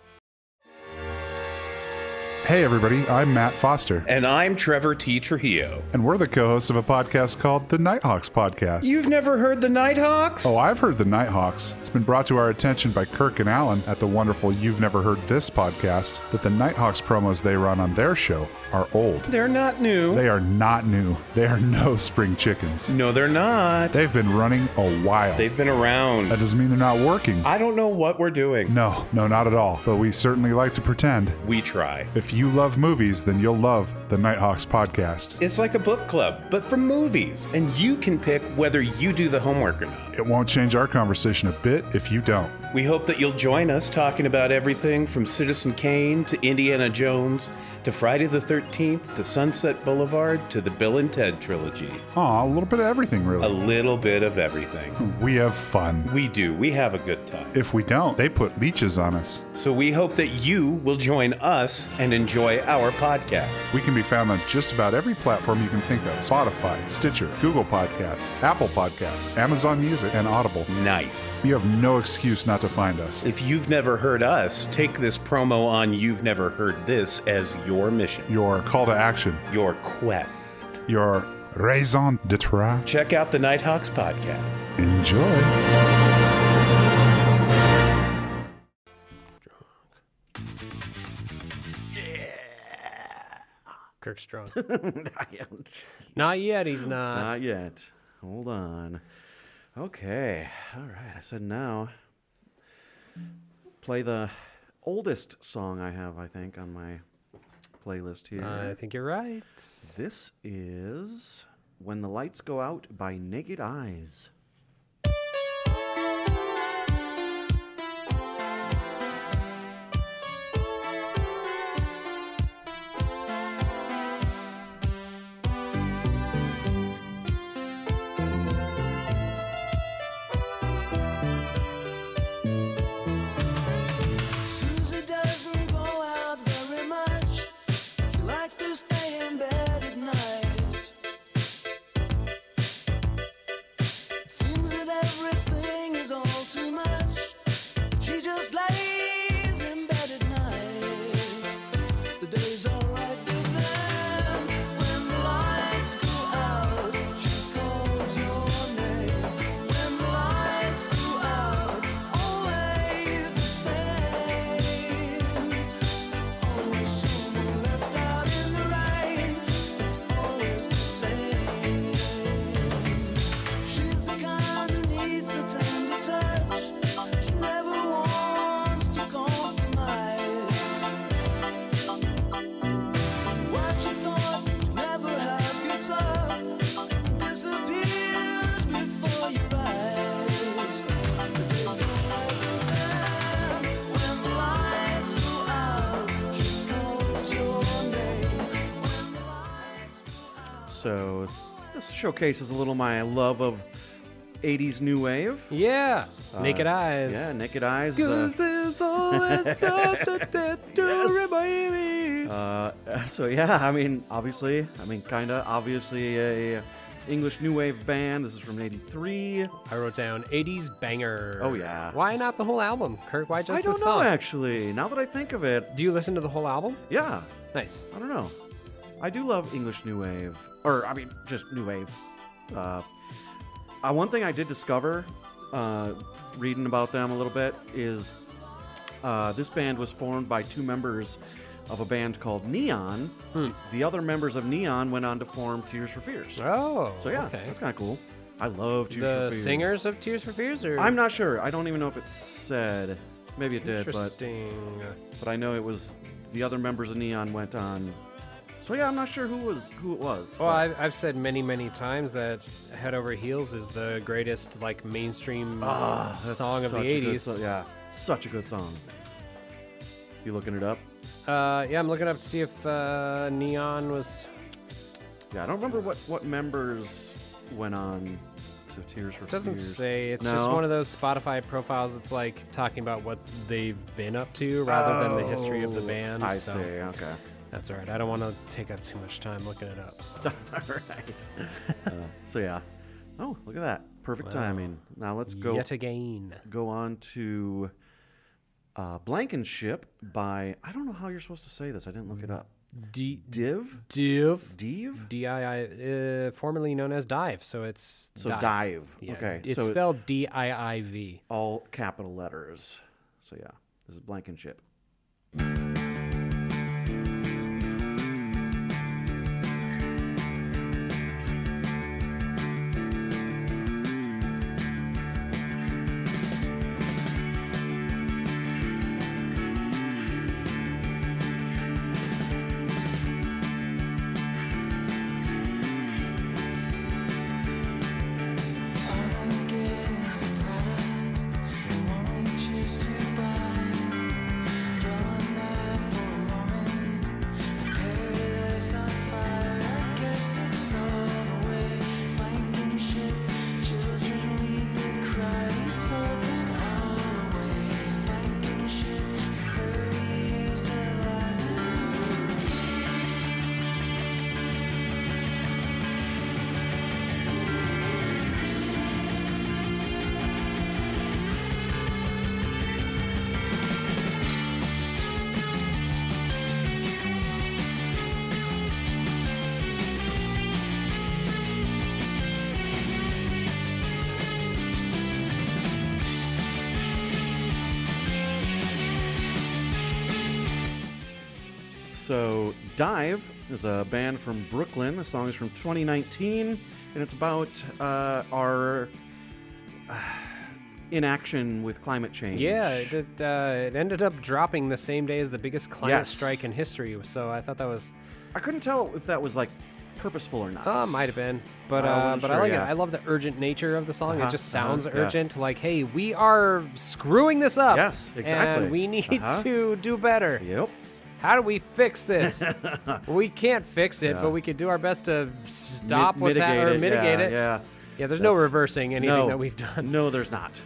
Speaker 10: Hey, everybody, I'm Matt Foster,
Speaker 6: And I'm Trevor T. Trujillo.
Speaker 10: and we're the co hosts of a podcast called The Nighthawks Podcast.
Speaker 6: You've never heard the Nighthawks?
Speaker 10: Oh, I've heard the Nighthawks. It's been brought to our attention by Kirk and Alan at the wonderful You've Never Heard This podcast that the Nighthawks promos they run on their show are old.
Speaker 6: they're not new.
Speaker 10: They are not new. They are no spring chickens.
Speaker 6: no, they're not.
Speaker 10: They've been running a while.
Speaker 6: They've been
Speaker 10: That
Speaker 6: around.
Speaker 10: doesn't mean they're not working.
Speaker 6: I don't know what we're doing.
Speaker 10: No, no, not at all. But we certainly like to pretend.
Speaker 6: We try.
Speaker 10: If you love movies, then you'll love the Nighthawks podcast.
Speaker 6: It's like a book club, but for movies, and you can pick whether you do the homework or not.
Speaker 10: It won't change our conversation a bit if you don't.
Speaker 6: We hope that you'll join us talking about everything from Citizen Kane to Indiana Jones to Friday the 13th to Sunset Boulevard to the Bill and Ted trilogy.
Speaker 10: Aw, a little bit of everything,
Speaker 6: A
Speaker 10: really.
Speaker 6: little bit of everything.
Speaker 10: We have fun.
Speaker 6: We do. We have a good time.
Speaker 10: If we don't, they put leeches on us.
Speaker 6: So we hope that you will join us and enjoy our podcast.
Speaker 10: We can be found on just about every platform you can think of Spotify, Stitcher, Google Podcasts, Apple Podcasts, Amazon Music, and Audible.
Speaker 6: Nice.
Speaker 10: You have no excuse not to find us.
Speaker 6: If you've never heard us, take this promo on You've Never Heard This as your mission,
Speaker 10: Your call to action,
Speaker 6: your quest.
Speaker 10: your raison d'etre.
Speaker 6: Check out the Nighthawks podcast.
Speaker 10: Enjoy.
Speaker 2: Kirk's strong.
Speaker 1: Not
Speaker 2: Not yet. He's not.
Speaker 1: yet. Hold on. Okay. All right. I said now. Play the oldest song I have, I think, on my playlist here.
Speaker 2: I think you're right.
Speaker 1: this is When the Lights Go Out by Naked Eyes.
Speaker 9: Susie doesn't go out very much. She likes to stay in bed at night.
Speaker 1: So this showcases a little my love of 80s new wave.
Speaker 2: Yeah. Naked Eyes.
Speaker 1: Uh, Yeah, Naked Eyes. uh, is a-
Speaker 2: Cause there's always something to do, remind me.
Speaker 1: Uh, so yeah, I mean, obviously, I mean, kinda, obviously, a English new wave band. This is from '83.
Speaker 2: I wrote down '80s banger.
Speaker 1: Oh yeah.
Speaker 2: Why not the whole album, Kirk? Why just
Speaker 1: I
Speaker 2: the
Speaker 1: don't know
Speaker 2: song?
Speaker 1: actually. Now that I think of it,
Speaker 2: Do you listen to the whole album?
Speaker 1: yeah,
Speaker 2: Nice.
Speaker 1: I don't know. I do love English new wave, or I mean, just new wave. Uh, uh, one thing I did discover, uh, reading about them a little bit, is uh, this band was formed by two members of a band called Neon.
Speaker 2: Hmm.
Speaker 1: The other members of Neon went on to form Tears for Fears.
Speaker 2: Oh,
Speaker 1: So yeah,
Speaker 2: okay.
Speaker 1: that's kind of cool. I love Tears
Speaker 2: the
Speaker 1: for Fears.
Speaker 2: singers of Tears for Fears, or
Speaker 1: I'm not sure. I don't even know if it said. Maybe it did, but
Speaker 2: interesting.
Speaker 1: but I know it was the other members of Neon went on. So yeah, I'm not sure who was who it was.
Speaker 2: Well,
Speaker 1: but-
Speaker 2: I've, I've said many, many times that Head Over Heels is the greatest like mainstream
Speaker 1: Ah, that's
Speaker 2: song of the
Speaker 1: such a good
Speaker 2: '80s.
Speaker 1: so- yeah, such a good song. You looking it up?
Speaker 2: Uh, yeah, I'm looking up to see if uh, Neon was.
Speaker 1: Yeah, I don't remember what what members went on to Tears for
Speaker 2: It doesn't
Speaker 1: Fears.
Speaker 2: say. It's
Speaker 1: no?
Speaker 2: just one of those Spotify profiles. that's like talking about what they've been up to rather than the history of the
Speaker 1: Oh,
Speaker 2: band.
Speaker 1: I
Speaker 2: so
Speaker 1: see. Okay.
Speaker 2: That's all right. I don't want to take up too much time looking it up. So.
Speaker 1: All right. uh, so yeah. Oh, look at that. Perfect
Speaker 2: Wow.
Speaker 1: timing. Now let's go
Speaker 2: Yet again.
Speaker 1: go on to uh, Blankenship by I don't know how you're supposed to say this. I didn't look it up.
Speaker 2: D
Speaker 1: Div?
Speaker 2: Div.
Speaker 1: Div?
Speaker 2: D I I, uh, formerly known as Dive. So it's.
Speaker 1: So Dive.
Speaker 2: Yeah,
Speaker 1: Okay,
Speaker 2: It's
Speaker 1: so-
Speaker 2: spelled D I I V.
Speaker 1: All capital letters. So yeah, this is Blankenship. So Dive is a band from Brooklyn. The song is from 2019, and it's about uh, our uh, inaction with climate change.
Speaker 2: Yeah, it, it, uh, it ended up dropping the same day as the biggest climate
Speaker 1: Yes.
Speaker 2: strike in history. So I thought that was.
Speaker 1: I couldn't tell if that was like purposeful or not.
Speaker 2: Uh, might have been, but
Speaker 1: I
Speaker 2: uh,
Speaker 1: wasn't
Speaker 2: but I
Speaker 1: sure,
Speaker 2: like
Speaker 1: yeah.
Speaker 2: it. I love the urgent nature of the song.
Speaker 1: Uh-huh,
Speaker 2: it just
Speaker 1: uh-huh,
Speaker 2: sounds
Speaker 1: yeah.
Speaker 2: urgent, like, "Hey, we are screwing this up.
Speaker 1: Yes, exactly.
Speaker 2: And we need
Speaker 1: Uh-huh.
Speaker 2: to do better.
Speaker 1: Yep.
Speaker 2: How do we fix this? we can't fix it,
Speaker 1: Yeah.
Speaker 2: but we could do our best to stop
Speaker 1: Mi-
Speaker 2: what's
Speaker 1: mitigate
Speaker 2: happening or
Speaker 1: it,
Speaker 2: mitigate
Speaker 1: yeah,
Speaker 2: it.
Speaker 1: yeah.
Speaker 2: Yeah, there's no
Speaker 1: That's-
Speaker 2: reversing anything
Speaker 1: No.
Speaker 2: that we've done.
Speaker 1: No, there's not.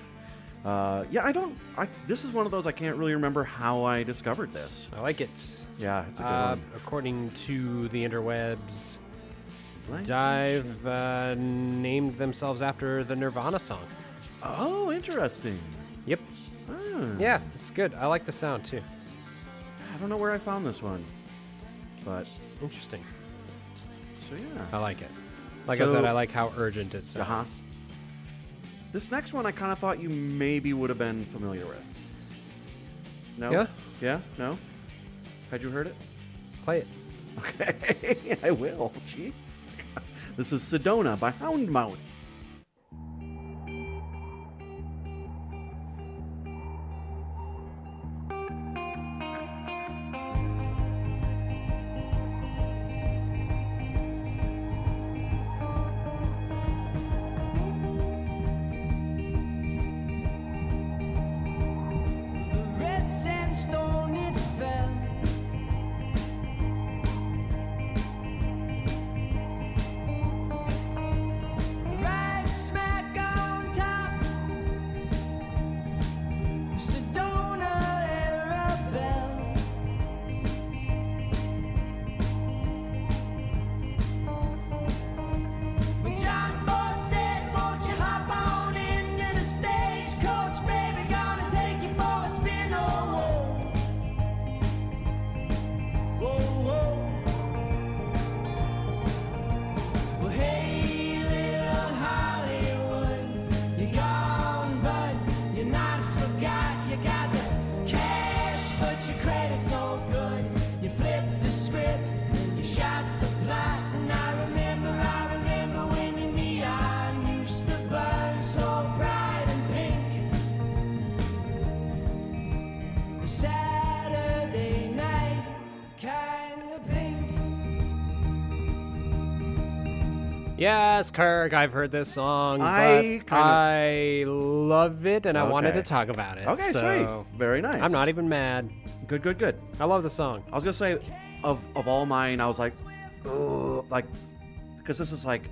Speaker 1: Uh, yeah, I don't. I, this is one of those I can't really remember how I discovered this.
Speaker 2: I like it.
Speaker 1: Yeah, it's a good
Speaker 2: Uh,
Speaker 1: one.
Speaker 2: according to the interwebs,
Speaker 1: Blank
Speaker 2: Dive uh, named themselves after the Nirvana song.
Speaker 1: Oh, interesting.
Speaker 2: Yep.
Speaker 1: Hmm.
Speaker 2: Yeah, it's good. I like the sound too.
Speaker 1: I don't know where I found this one, but
Speaker 2: Interesting.
Speaker 1: so yeah.
Speaker 2: I like it. Like I
Speaker 1: So-
Speaker 2: said, I like how urgent it sounds.
Speaker 1: Uh-huh. This next one I kind of thought you maybe would have been familiar with. No.
Speaker 2: Yeah?
Speaker 1: Yeah. No. Had you heard it?
Speaker 2: Play it.
Speaker 1: Okay, I will. Jeez. This is Sedona by Houndmouth.
Speaker 5: red sandstone it fell.
Speaker 9: Oh,
Speaker 11: Saturday night, kinda pink.
Speaker 2: Yes, Kirk, I've heard this song.
Speaker 1: I
Speaker 2: but
Speaker 1: kind of-
Speaker 2: I love it, and I wanted
Speaker 1: Okay.
Speaker 2: to talk about it.
Speaker 1: Okay,
Speaker 2: so
Speaker 1: sweet. Very nice.
Speaker 2: uh, I'm not even mad.
Speaker 1: Good, good, good.
Speaker 2: I love the song.
Speaker 1: I was gonna say, of of all mine, I was like, "Ugh," like, because this is like,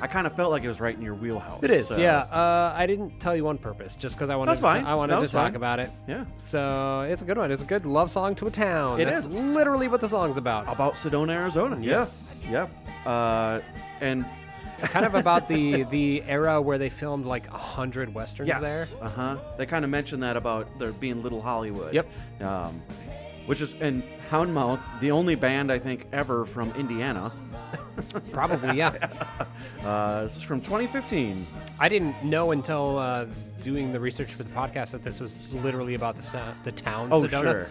Speaker 1: I kind of felt like it was right in your wheelhouse.
Speaker 2: It is,
Speaker 1: so-
Speaker 2: yeah. Uh, I didn't tell you on purpose, just because I wanted
Speaker 1: That's
Speaker 2: to,
Speaker 1: fine.
Speaker 2: I wanted
Speaker 1: No,
Speaker 2: to
Speaker 1: it's
Speaker 2: talk
Speaker 1: fine.
Speaker 2: about it.
Speaker 1: Yeah.
Speaker 2: So it's a good one. It's a good love song to a town.
Speaker 1: It
Speaker 2: That's
Speaker 1: is.
Speaker 2: literally what the song's about.
Speaker 1: About Sedona, Arizona. Yes. Yep. Uh, and
Speaker 2: kind of about the the era where they filmed like a hundred westerns
Speaker 1: yes.
Speaker 2: there.
Speaker 1: Uh huh. They kind of mentioned that about there being Little Hollywood.
Speaker 2: Yep.
Speaker 1: Um, which is and Houndmouth, the only band I think ever from Indiana.
Speaker 2: Probably, yeah.
Speaker 1: Uh, this is from 2015.
Speaker 2: I didn't know until uh, doing the research for the podcast that this was literally about the sa- the town
Speaker 1: Oh,
Speaker 2: Sedona.
Speaker 1: sure.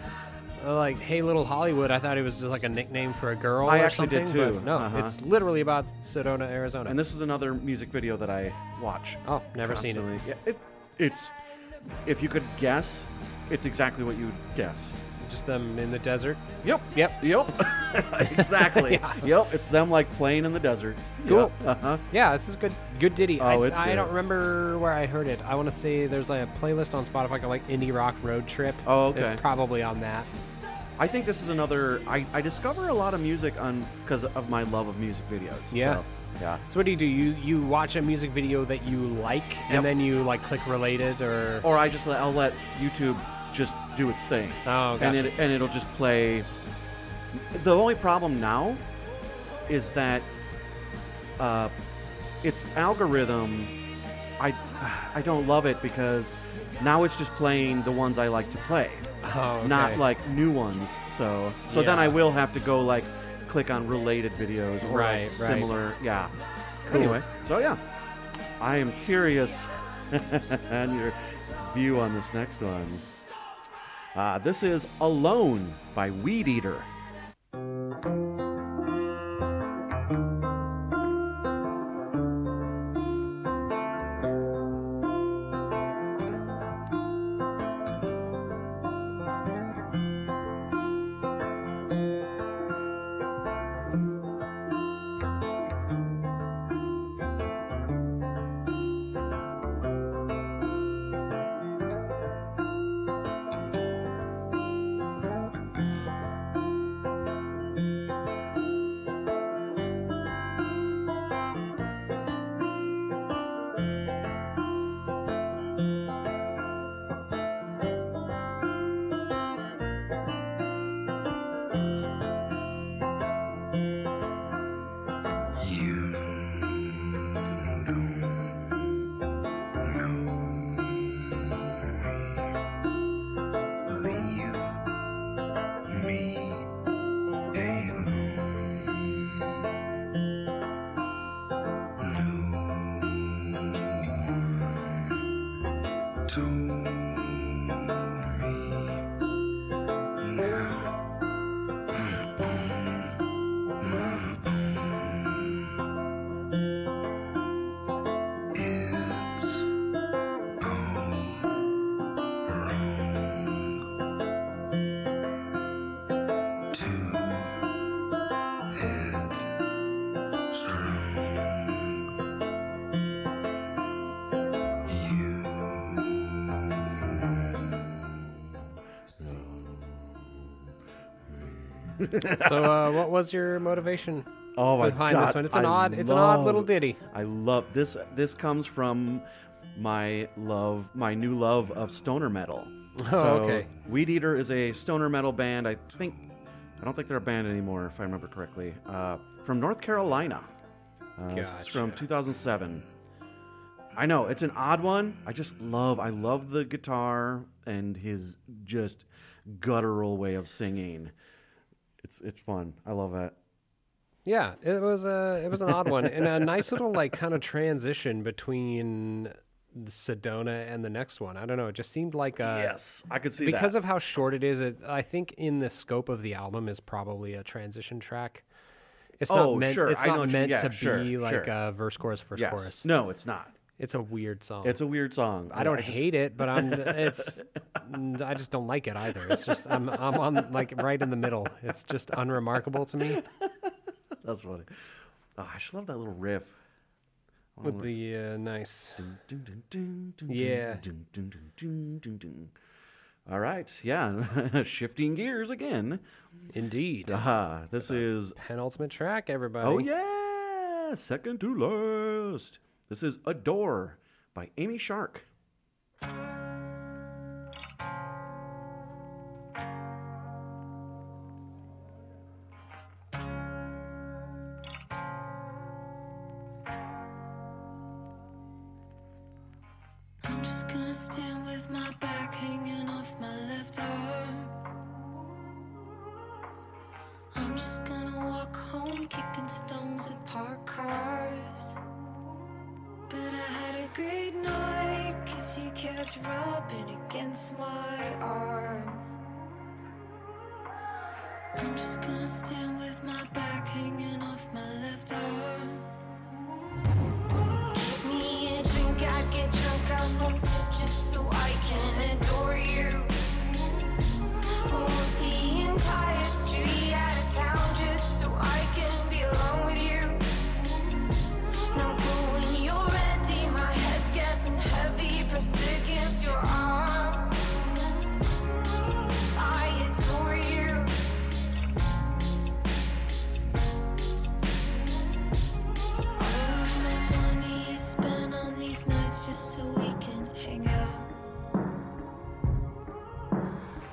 Speaker 2: Uh, Like, hey, little Hollywood. I thought it was just like a nickname for a girl.
Speaker 1: I
Speaker 2: or
Speaker 1: actually did
Speaker 2: something, but
Speaker 1: too.
Speaker 2: No,
Speaker 1: Uh-huh.
Speaker 2: it's literally about Sedona, Arizona.
Speaker 1: And this is another music video that I watch.
Speaker 2: Oh, never seen it.
Speaker 1: constantly. Yeah, it. It's if you could guess, it's exactly what you would guess.
Speaker 2: just them in the desert.
Speaker 1: Yep.
Speaker 2: Yep.
Speaker 1: Yep. exactly. Yep. It's them like playing in the desert.
Speaker 2: Cool.
Speaker 1: Uh huh.
Speaker 2: Yeah, this is good. Good ditty.
Speaker 1: Oh,
Speaker 2: I,
Speaker 1: it's
Speaker 2: I
Speaker 1: good.
Speaker 2: don't remember where I heard it. I want to say there's like a playlist on Spotify called like indie rock road trip.
Speaker 1: Oh, okay.
Speaker 2: It's probably on that.
Speaker 1: I think this is another. I, I discover a lot of music on because of my love of music videos.
Speaker 2: Yeah.
Speaker 1: So, yeah.
Speaker 2: So what do you do? You you watch a music video that you like,
Speaker 1: Yep.
Speaker 2: and then you like click related or
Speaker 1: Or I just let, I'll let YouTube just do its thing.
Speaker 2: Oh,
Speaker 1: And
Speaker 2: gotcha.
Speaker 1: it and it'll just play. The only problem now is that uh, its algorithm. I I don't love it because now it's just playing the ones I like to play,
Speaker 2: Oh,
Speaker 1: not
Speaker 2: okay.
Speaker 1: like new ones. So so then
Speaker 2: Yeah.
Speaker 1: I will have to go like click on related videos or
Speaker 2: Right,
Speaker 1: like,
Speaker 2: right.
Speaker 1: similar. Yeah.
Speaker 2: Cool.
Speaker 1: Anyway, so yeah, I am curious on your view on this next one. Uh, this is Alone by Weed Eater.
Speaker 2: so uh, what was your motivation?
Speaker 1: Oh my
Speaker 2: behind
Speaker 1: god!
Speaker 2: this one, it's an
Speaker 1: I
Speaker 2: odd, it's an odd
Speaker 1: love-
Speaker 2: little ditty.
Speaker 1: I love this. This comes from my love, my new love of stoner metal.
Speaker 2: Oh,
Speaker 1: so
Speaker 2: okay.
Speaker 1: Weed Eater is a stoner metal band. I think I don't think they're a band anymore, if I remember correctly. Uh, from North Carolina. Uh, this is from 2007. I know it's an odd one. I just love. I love the guitar and his just guttural way of singing. It's it's fun. I love that.
Speaker 2: Yeah, it was a it was an odd one and a nice little like kind of transition between Sedona and the next one. I don't know. It just seemed like a
Speaker 1: Yes, I could see that.
Speaker 2: because of how short it is. It, I think in the scope of the album is probably a transition track. It's
Speaker 1: Oh,
Speaker 2: not meant.
Speaker 1: sure,
Speaker 2: It's
Speaker 1: I know
Speaker 2: not
Speaker 1: what you-
Speaker 2: meant
Speaker 1: yeah,
Speaker 2: to
Speaker 1: sure,
Speaker 2: be like
Speaker 1: sure.
Speaker 2: a verse chorus verse
Speaker 1: Yes.
Speaker 2: chorus.
Speaker 1: No, it's not.
Speaker 2: It's a weird song.
Speaker 1: It's a weird song.
Speaker 2: I don't
Speaker 1: just-
Speaker 2: hate it, but I'm it's I just don't like it either. It's just I'm I'm on like right in the middle. It's just unremarkable to me
Speaker 1: That's funny. Oh, I just love that little riff. I
Speaker 2: with
Speaker 1: wanna-
Speaker 2: the uh, nice
Speaker 1: Dun, dun, dun, dun, dun, dun,
Speaker 2: Yeah.
Speaker 1: dun, dun, dun, dun, dun, dun. All right. Yeah. Shifting gears again.
Speaker 2: Indeed.
Speaker 1: Ah, this is
Speaker 2: penultimate track, everybody.
Speaker 1: Oh yeah, second to last. This is "Adore" by Amy Shark.
Speaker 12: I'm just gonna stand with my back hanging off my left arm. I'm just gonna walk home kicking stones at parked cars. But I had a great night, cause you kept rubbing against my arm. I'm just gonna stand with my back hanging off my left arm. Me a drink, I get drunk off one sip just so I can adore you. Want the entire street out of town just so I can be alone with you. Now go when you're ready, my head's getting heavy, pressed against your arm. I adore you. All of my money is spent on these nights just so we can hang out.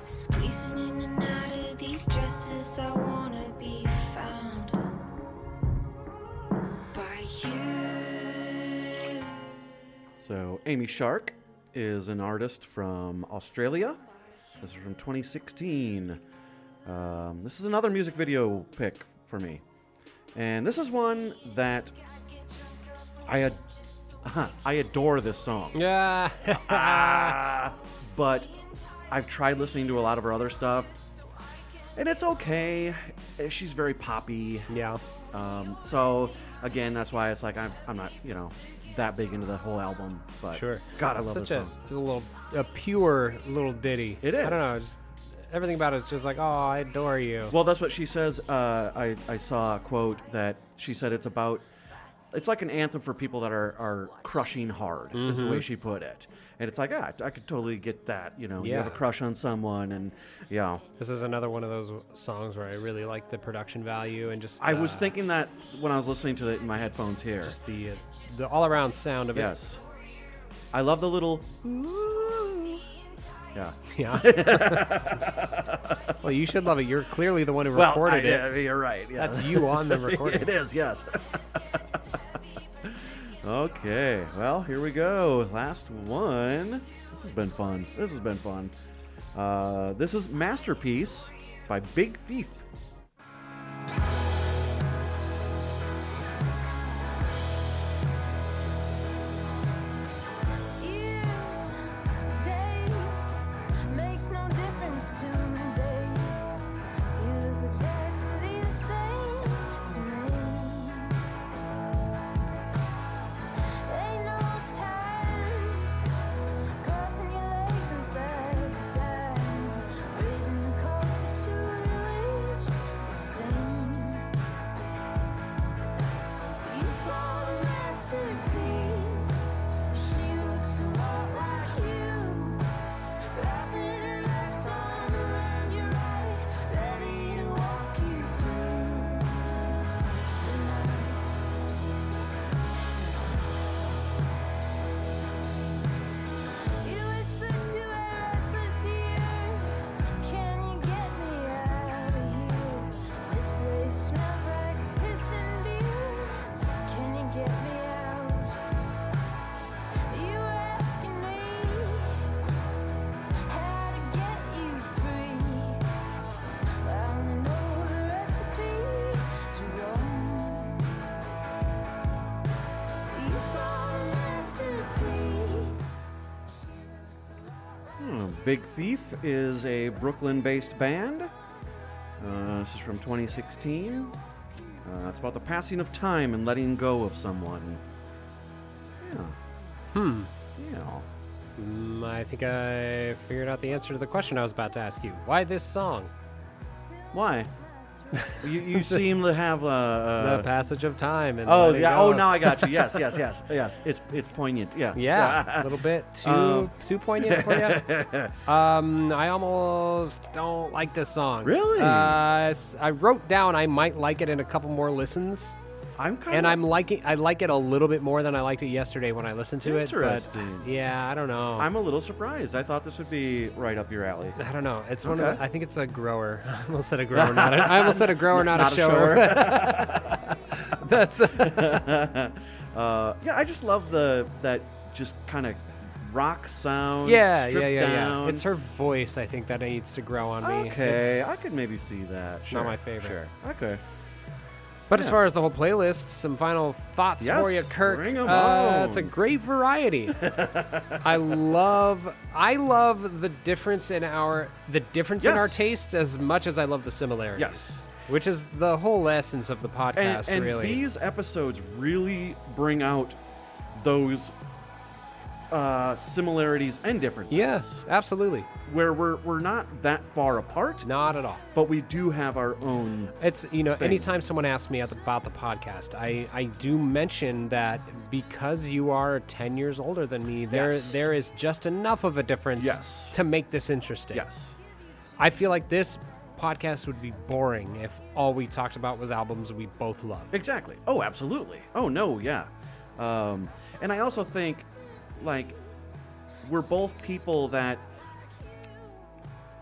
Speaker 12: Squeezing in and out of these dresses, I wanna be found by you.
Speaker 1: So Amy Shark is an artist from Australia. This is from 2016. Um, this is another music video pick for me, and this is one that I ad- I adore this song.
Speaker 2: Yeah.
Speaker 1: but I've tried listening to a lot of her other stuff, and it's okay. Eh, She's very poppy.
Speaker 2: Yeah.
Speaker 1: Um, so again, that's why it's like I'm, I'm not you know that big into the whole album, but
Speaker 2: Sure.
Speaker 1: God, I love this
Speaker 2: Such a,
Speaker 1: song.
Speaker 2: a little a pure little ditty.
Speaker 1: It
Speaker 2: I don't
Speaker 1: is.
Speaker 2: know. Just everything about it's just like oh, I adore you.
Speaker 1: Well, that's what she says. Uh, I I saw a quote that she said it's about. It's like an anthem for people that are, are crushing hard, is the way
Speaker 2: Mhm.
Speaker 1: she put it. And it's like, ah, I could totally get that. You know, you have a
Speaker 2: Yeah.
Speaker 1: crush on someone, and yeah.
Speaker 2: This is another one of those songs where I really like the production value and just
Speaker 1: I was
Speaker 2: uh,
Speaker 1: thinking that when I was listening to it in my headphones here.
Speaker 2: Just the uh, the all around sound of it.
Speaker 1: yes. I love the little yeah
Speaker 2: Yeah. well, you should love it. You're clearly the one who
Speaker 1: Well,
Speaker 2: recorded
Speaker 1: I- uh,
Speaker 2: it.
Speaker 1: yeah, you're right, yeah.
Speaker 2: That's you on the recording.
Speaker 1: It is, yes. Okay, well, here we go. Last one. This has been fun. This has been fun. Uh, this is Masterpiece by Big Thief.
Speaker 12: Years, days, makes no difference to me, babe. You look exactly the same to me. Ain't no time crossing your legs inside the dime, raising the coffee to your lips, the stain. You saw the masterpiece. She looks a lot like you. Wrapping her left arm around your right, ready to walk you through the night. You whisper to a restless ear, Can you get me out of here? This place smells like piss and beer. Can you get me out? You were asking me how to get you free. I only know the recipe to roam. You saw the masterpiece.
Speaker 1: Hmm, Big Thief is a Brooklyn based band. Uh, this is from 2016. Uh, it's about the passing of time and letting go of someone. Yeah.
Speaker 2: Hmm.
Speaker 1: Yeah.
Speaker 2: Mm, I think I figured out the answer to the question I was about to ask you. Why this song?
Speaker 1: Why? You, you seem to have uh, uh,
Speaker 2: the passage of time. And
Speaker 1: Oh
Speaker 2: Let It
Speaker 1: yeah. Oh,
Speaker 2: Go.
Speaker 1: now I got you. Yes, yes, yes, yes. It's it's poignant. Yeah.
Speaker 2: Yeah, a little bit too
Speaker 1: Um,
Speaker 2: too poignant for you. Um, I almost don't like this song.
Speaker 1: Really?
Speaker 2: Uh, s- I wrote down I might like it in a couple more listens.
Speaker 1: I'm
Speaker 2: and
Speaker 1: kinda-
Speaker 2: I'm liking I like it a little bit more than I liked it yesterday when I listened to it.
Speaker 1: Interesting.
Speaker 2: But yeah, I don't know.
Speaker 1: I'm a little surprised. I thought this would be right up your alley.
Speaker 2: I don't know. It's one of
Speaker 1: Okay.
Speaker 2: the, I think it's a grower. I almost said a grower, not a, I almost said a grower, not, a shower. That's
Speaker 1: uh, yeah. I just love the that just kind of rock sound.
Speaker 2: yeah, yeah, yeah,
Speaker 1: stripped
Speaker 2: yeah.
Speaker 1: down.
Speaker 2: It's her voice I think that needs to grow on me.
Speaker 1: Okay,
Speaker 2: It's-
Speaker 1: I could maybe see that. Sure,
Speaker 2: Not my favorite.
Speaker 1: Sure. Okay.
Speaker 2: But as
Speaker 1: Yeah.
Speaker 2: far as the whole playlist, some final thoughts
Speaker 1: Yes,
Speaker 2: for you, Kirk.
Speaker 1: bring 'em
Speaker 2: Uh, It's a
Speaker 1: on.
Speaker 2: great variety. I love, I love the difference in our the difference in our
Speaker 1: Yes.
Speaker 2: tastes as much as I love the similarities.
Speaker 1: Yes.
Speaker 2: which is the whole essence of the
Speaker 1: And,
Speaker 2: podcast,
Speaker 1: and
Speaker 2: really.
Speaker 1: these episodes really bring out those uh, similarities and differences.
Speaker 2: Yes, absolutely.
Speaker 1: Where we're we're not that far apart.
Speaker 2: Not at all.
Speaker 1: But we do have our own.
Speaker 2: It's you know,
Speaker 1: thing.
Speaker 2: anytime someone asks me at the- about the podcast, I I do mention that because you are ten years older than me, there
Speaker 1: Yes.
Speaker 2: there is just enough of a difference
Speaker 1: Yes.
Speaker 2: to make this interesting.
Speaker 1: Yes.
Speaker 2: I feel like this podcast would be boring if all we talked about was albums we both love.
Speaker 1: Exactly. Oh, absolutely. Oh no, yeah. Um, and I also think, like, we're both people that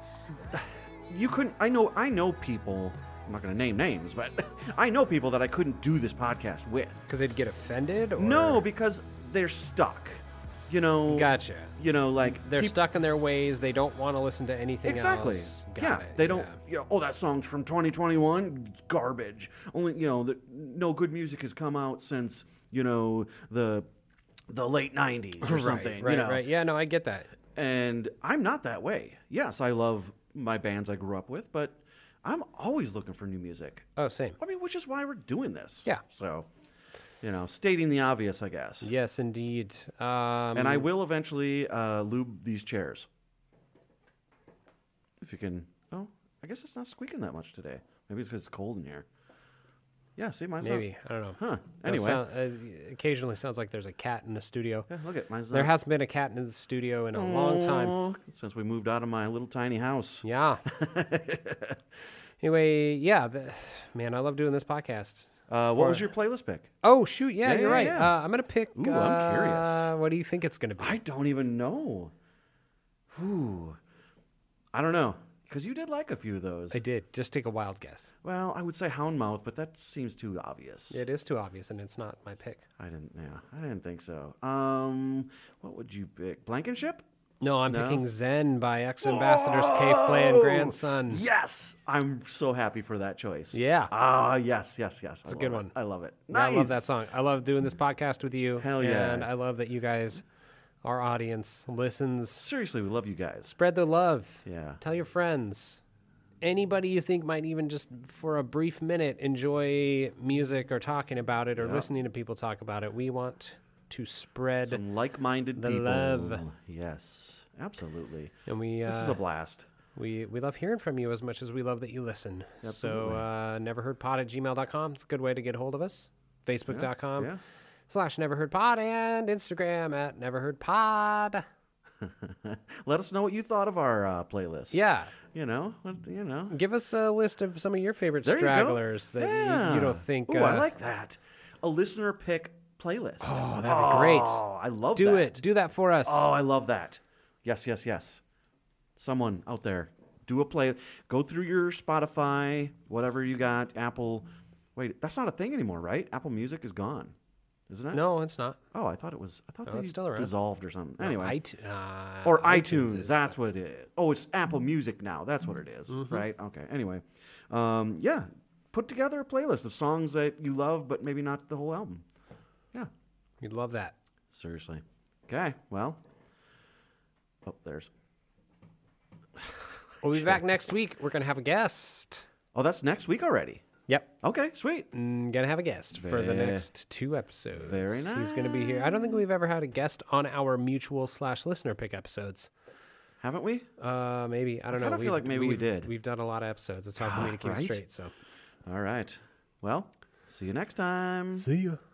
Speaker 1: you couldn't. I know. I know people. I'm not going to name names, but I know people that I couldn't do this podcast with.
Speaker 2: Because they'd get offended. Or...
Speaker 1: No, because they're stuck. You know.
Speaker 2: Gotcha.
Speaker 1: You know, like
Speaker 2: They're
Speaker 1: peop-
Speaker 2: stuck in their ways. They don't want to listen to anything
Speaker 1: Exactly.
Speaker 2: else. Got
Speaker 1: yeah,
Speaker 2: it.
Speaker 1: they don't. You know, oh, that song's from 2021. It's garbage. Only you know, the, no good music has come out since you know the the late 90s or
Speaker 2: Right,
Speaker 1: something.
Speaker 2: Right,
Speaker 1: you know?
Speaker 2: right. Yeah, no, I get that.
Speaker 1: And I'm not that way. Yes, I love my bands I grew up with, but I'm always looking for new music.
Speaker 2: Oh, same.
Speaker 1: I mean, which is why we're doing this.
Speaker 2: Yeah.
Speaker 1: So, you know, stating the obvious, I guess.
Speaker 2: Yes, indeed. Um,
Speaker 1: and I will eventually uh, lube these chairs. If you can. Oh, I guess it's not squeaking that much today. Maybe it's because it's cold in here. Yeah, see, mine's not-
Speaker 2: Maybe. I don't know.
Speaker 1: Huh.
Speaker 2: Does
Speaker 1: Anyway.
Speaker 2: sound- uh, occasionally sounds like there's a cat in the studio.
Speaker 1: Yeah, look at mine's
Speaker 2: There
Speaker 1: not-
Speaker 2: hasn't been a cat in the studio in a long time.
Speaker 1: Aw, Since we moved out of my little tiny house.
Speaker 2: Yeah. Anyway, yeah, the, man, I love doing this podcast.
Speaker 1: Uh, what was
Speaker 2: For-
Speaker 1: your playlist pick?
Speaker 2: Oh shoot! Yeah,
Speaker 1: Yeah,
Speaker 2: you're
Speaker 1: yeah,
Speaker 2: right.
Speaker 1: yeah.
Speaker 2: Uh, I'm gonna pick.
Speaker 1: Ooh, I'm curious.
Speaker 2: uh, What do you think it's gonna be?
Speaker 1: I don't even know. Ooh. I don't know. Because you did like a few of those.
Speaker 2: I did. Just take a wild guess.
Speaker 1: Well, I would say Houndmouth, but that seems too obvious.
Speaker 2: It is too obvious, and it's not my pick.
Speaker 1: I didn't. Yeah, I didn't think so. Um, what would you pick? Blankenship?
Speaker 2: No, I'm
Speaker 1: No?
Speaker 2: picking Zen by ex ambassadors K. Flan
Speaker 1: Whoa!
Speaker 2: grandson.
Speaker 1: Oh, Yes, I'm so happy for that choice.
Speaker 2: Yeah.
Speaker 1: Ah, yes, yes, yes.
Speaker 2: It's a good one.
Speaker 1: I love it.
Speaker 2: Yeah,
Speaker 1: Nice.
Speaker 2: I love that song. I love doing this podcast with you.
Speaker 1: Hell yeah.
Speaker 2: And I love that you guys, our audience, listens.
Speaker 1: Seriously, we love you guys.
Speaker 2: Spread the love.
Speaker 1: Yeah.
Speaker 2: Tell your friends. Anybody you think might even just for a brief minute enjoy music or talking about it or
Speaker 1: Yeah.
Speaker 2: listening to people talk about it. We want to spread
Speaker 1: Some like-minded
Speaker 2: the
Speaker 1: people.
Speaker 2: love.
Speaker 1: Yes, absolutely.
Speaker 2: And we
Speaker 1: This is
Speaker 2: uh,
Speaker 1: a blast.
Speaker 2: We we love hearing from you as much as we love that you listen. So
Speaker 1: Absolutely.
Speaker 2: uh, neverheardpod at gmail.com. It's a good way to get a hold of us. Facebook.com
Speaker 1: yeah.
Speaker 2: slash neverheardpod and Instagram at neverheardpod.
Speaker 1: Let us know what you thought of our uh, playlist.
Speaker 2: Yeah.
Speaker 1: You know, what- you know.
Speaker 2: Give us a list of some of your favorite
Speaker 1: There you go.
Speaker 2: stragglers that you- you,
Speaker 1: Yeah.
Speaker 2: don't think.
Speaker 1: Ooh, I
Speaker 2: uh,
Speaker 1: like that. A listener pick playlist.
Speaker 2: Oh, that'd be great.
Speaker 1: Oh, I love
Speaker 2: Do
Speaker 1: that.
Speaker 2: it. Do that for us.
Speaker 1: Oh, I love that. Yes, yes, yes. Someone out there, do a play. Go through your Spotify, whatever you got, Apple. Wait, that's not a thing anymore, right? Apple Music is gone, isn't it?
Speaker 2: No, it's not.
Speaker 1: Oh, I thought it was. I thought
Speaker 2: No,
Speaker 1: they
Speaker 2: it's still around.
Speaker 1: dissolved or something.
Speaker 2: No,
Speaker 1: anyway,
Speaker 2: iTu- uh,
Speaker 1: or
Speaker 2: iTunes
Speaker 1: iTunes.
Speaker 2: is-
Speaker 1: that's what it is. Oh, it's Apple Music now. That's what it is,
Speaker 2: Mm-hmm.
Speaker 1: right? Okay. Anyway, um, yeah. Put together a playlist of songs that you love, but maybe not the whole album. Yeah.
Speaker 2: You'd love that.
Speaker 1: Seriously. Okay. Well. Oh, there's.
Speaker 2: We'll be back next week. We're going to have a guest.
Speaker 1: Oh, that's next week already.
Speaker 2: Yep.
Speaker 1: Okay, sweet.
Speaker 2: gonna have a guest for the
Speaker 1: Ve-
Speaker 2: next two episodes.
Speaker 1: very
Speaker 2: He's gonna be here. I don't think we've ever had a guest on our mutual slash listener pick episodes.
Speaker 1: Haven't we?
Speaker 2: Uh, maybe I don't know.
Speaker 1: kinda feel
Speaker 2: We've-
Speaker 1: like maybe we
Speaker 2: we've-
Speaker 1: did. Ah,
Speaker 2: We've done a lot of episodes. It's hard for me to keep
Speaker 1: Right?
Speaker 2: straight. So
Speaker 1: All right. Well, see you next time.
Speaker 2: See ya.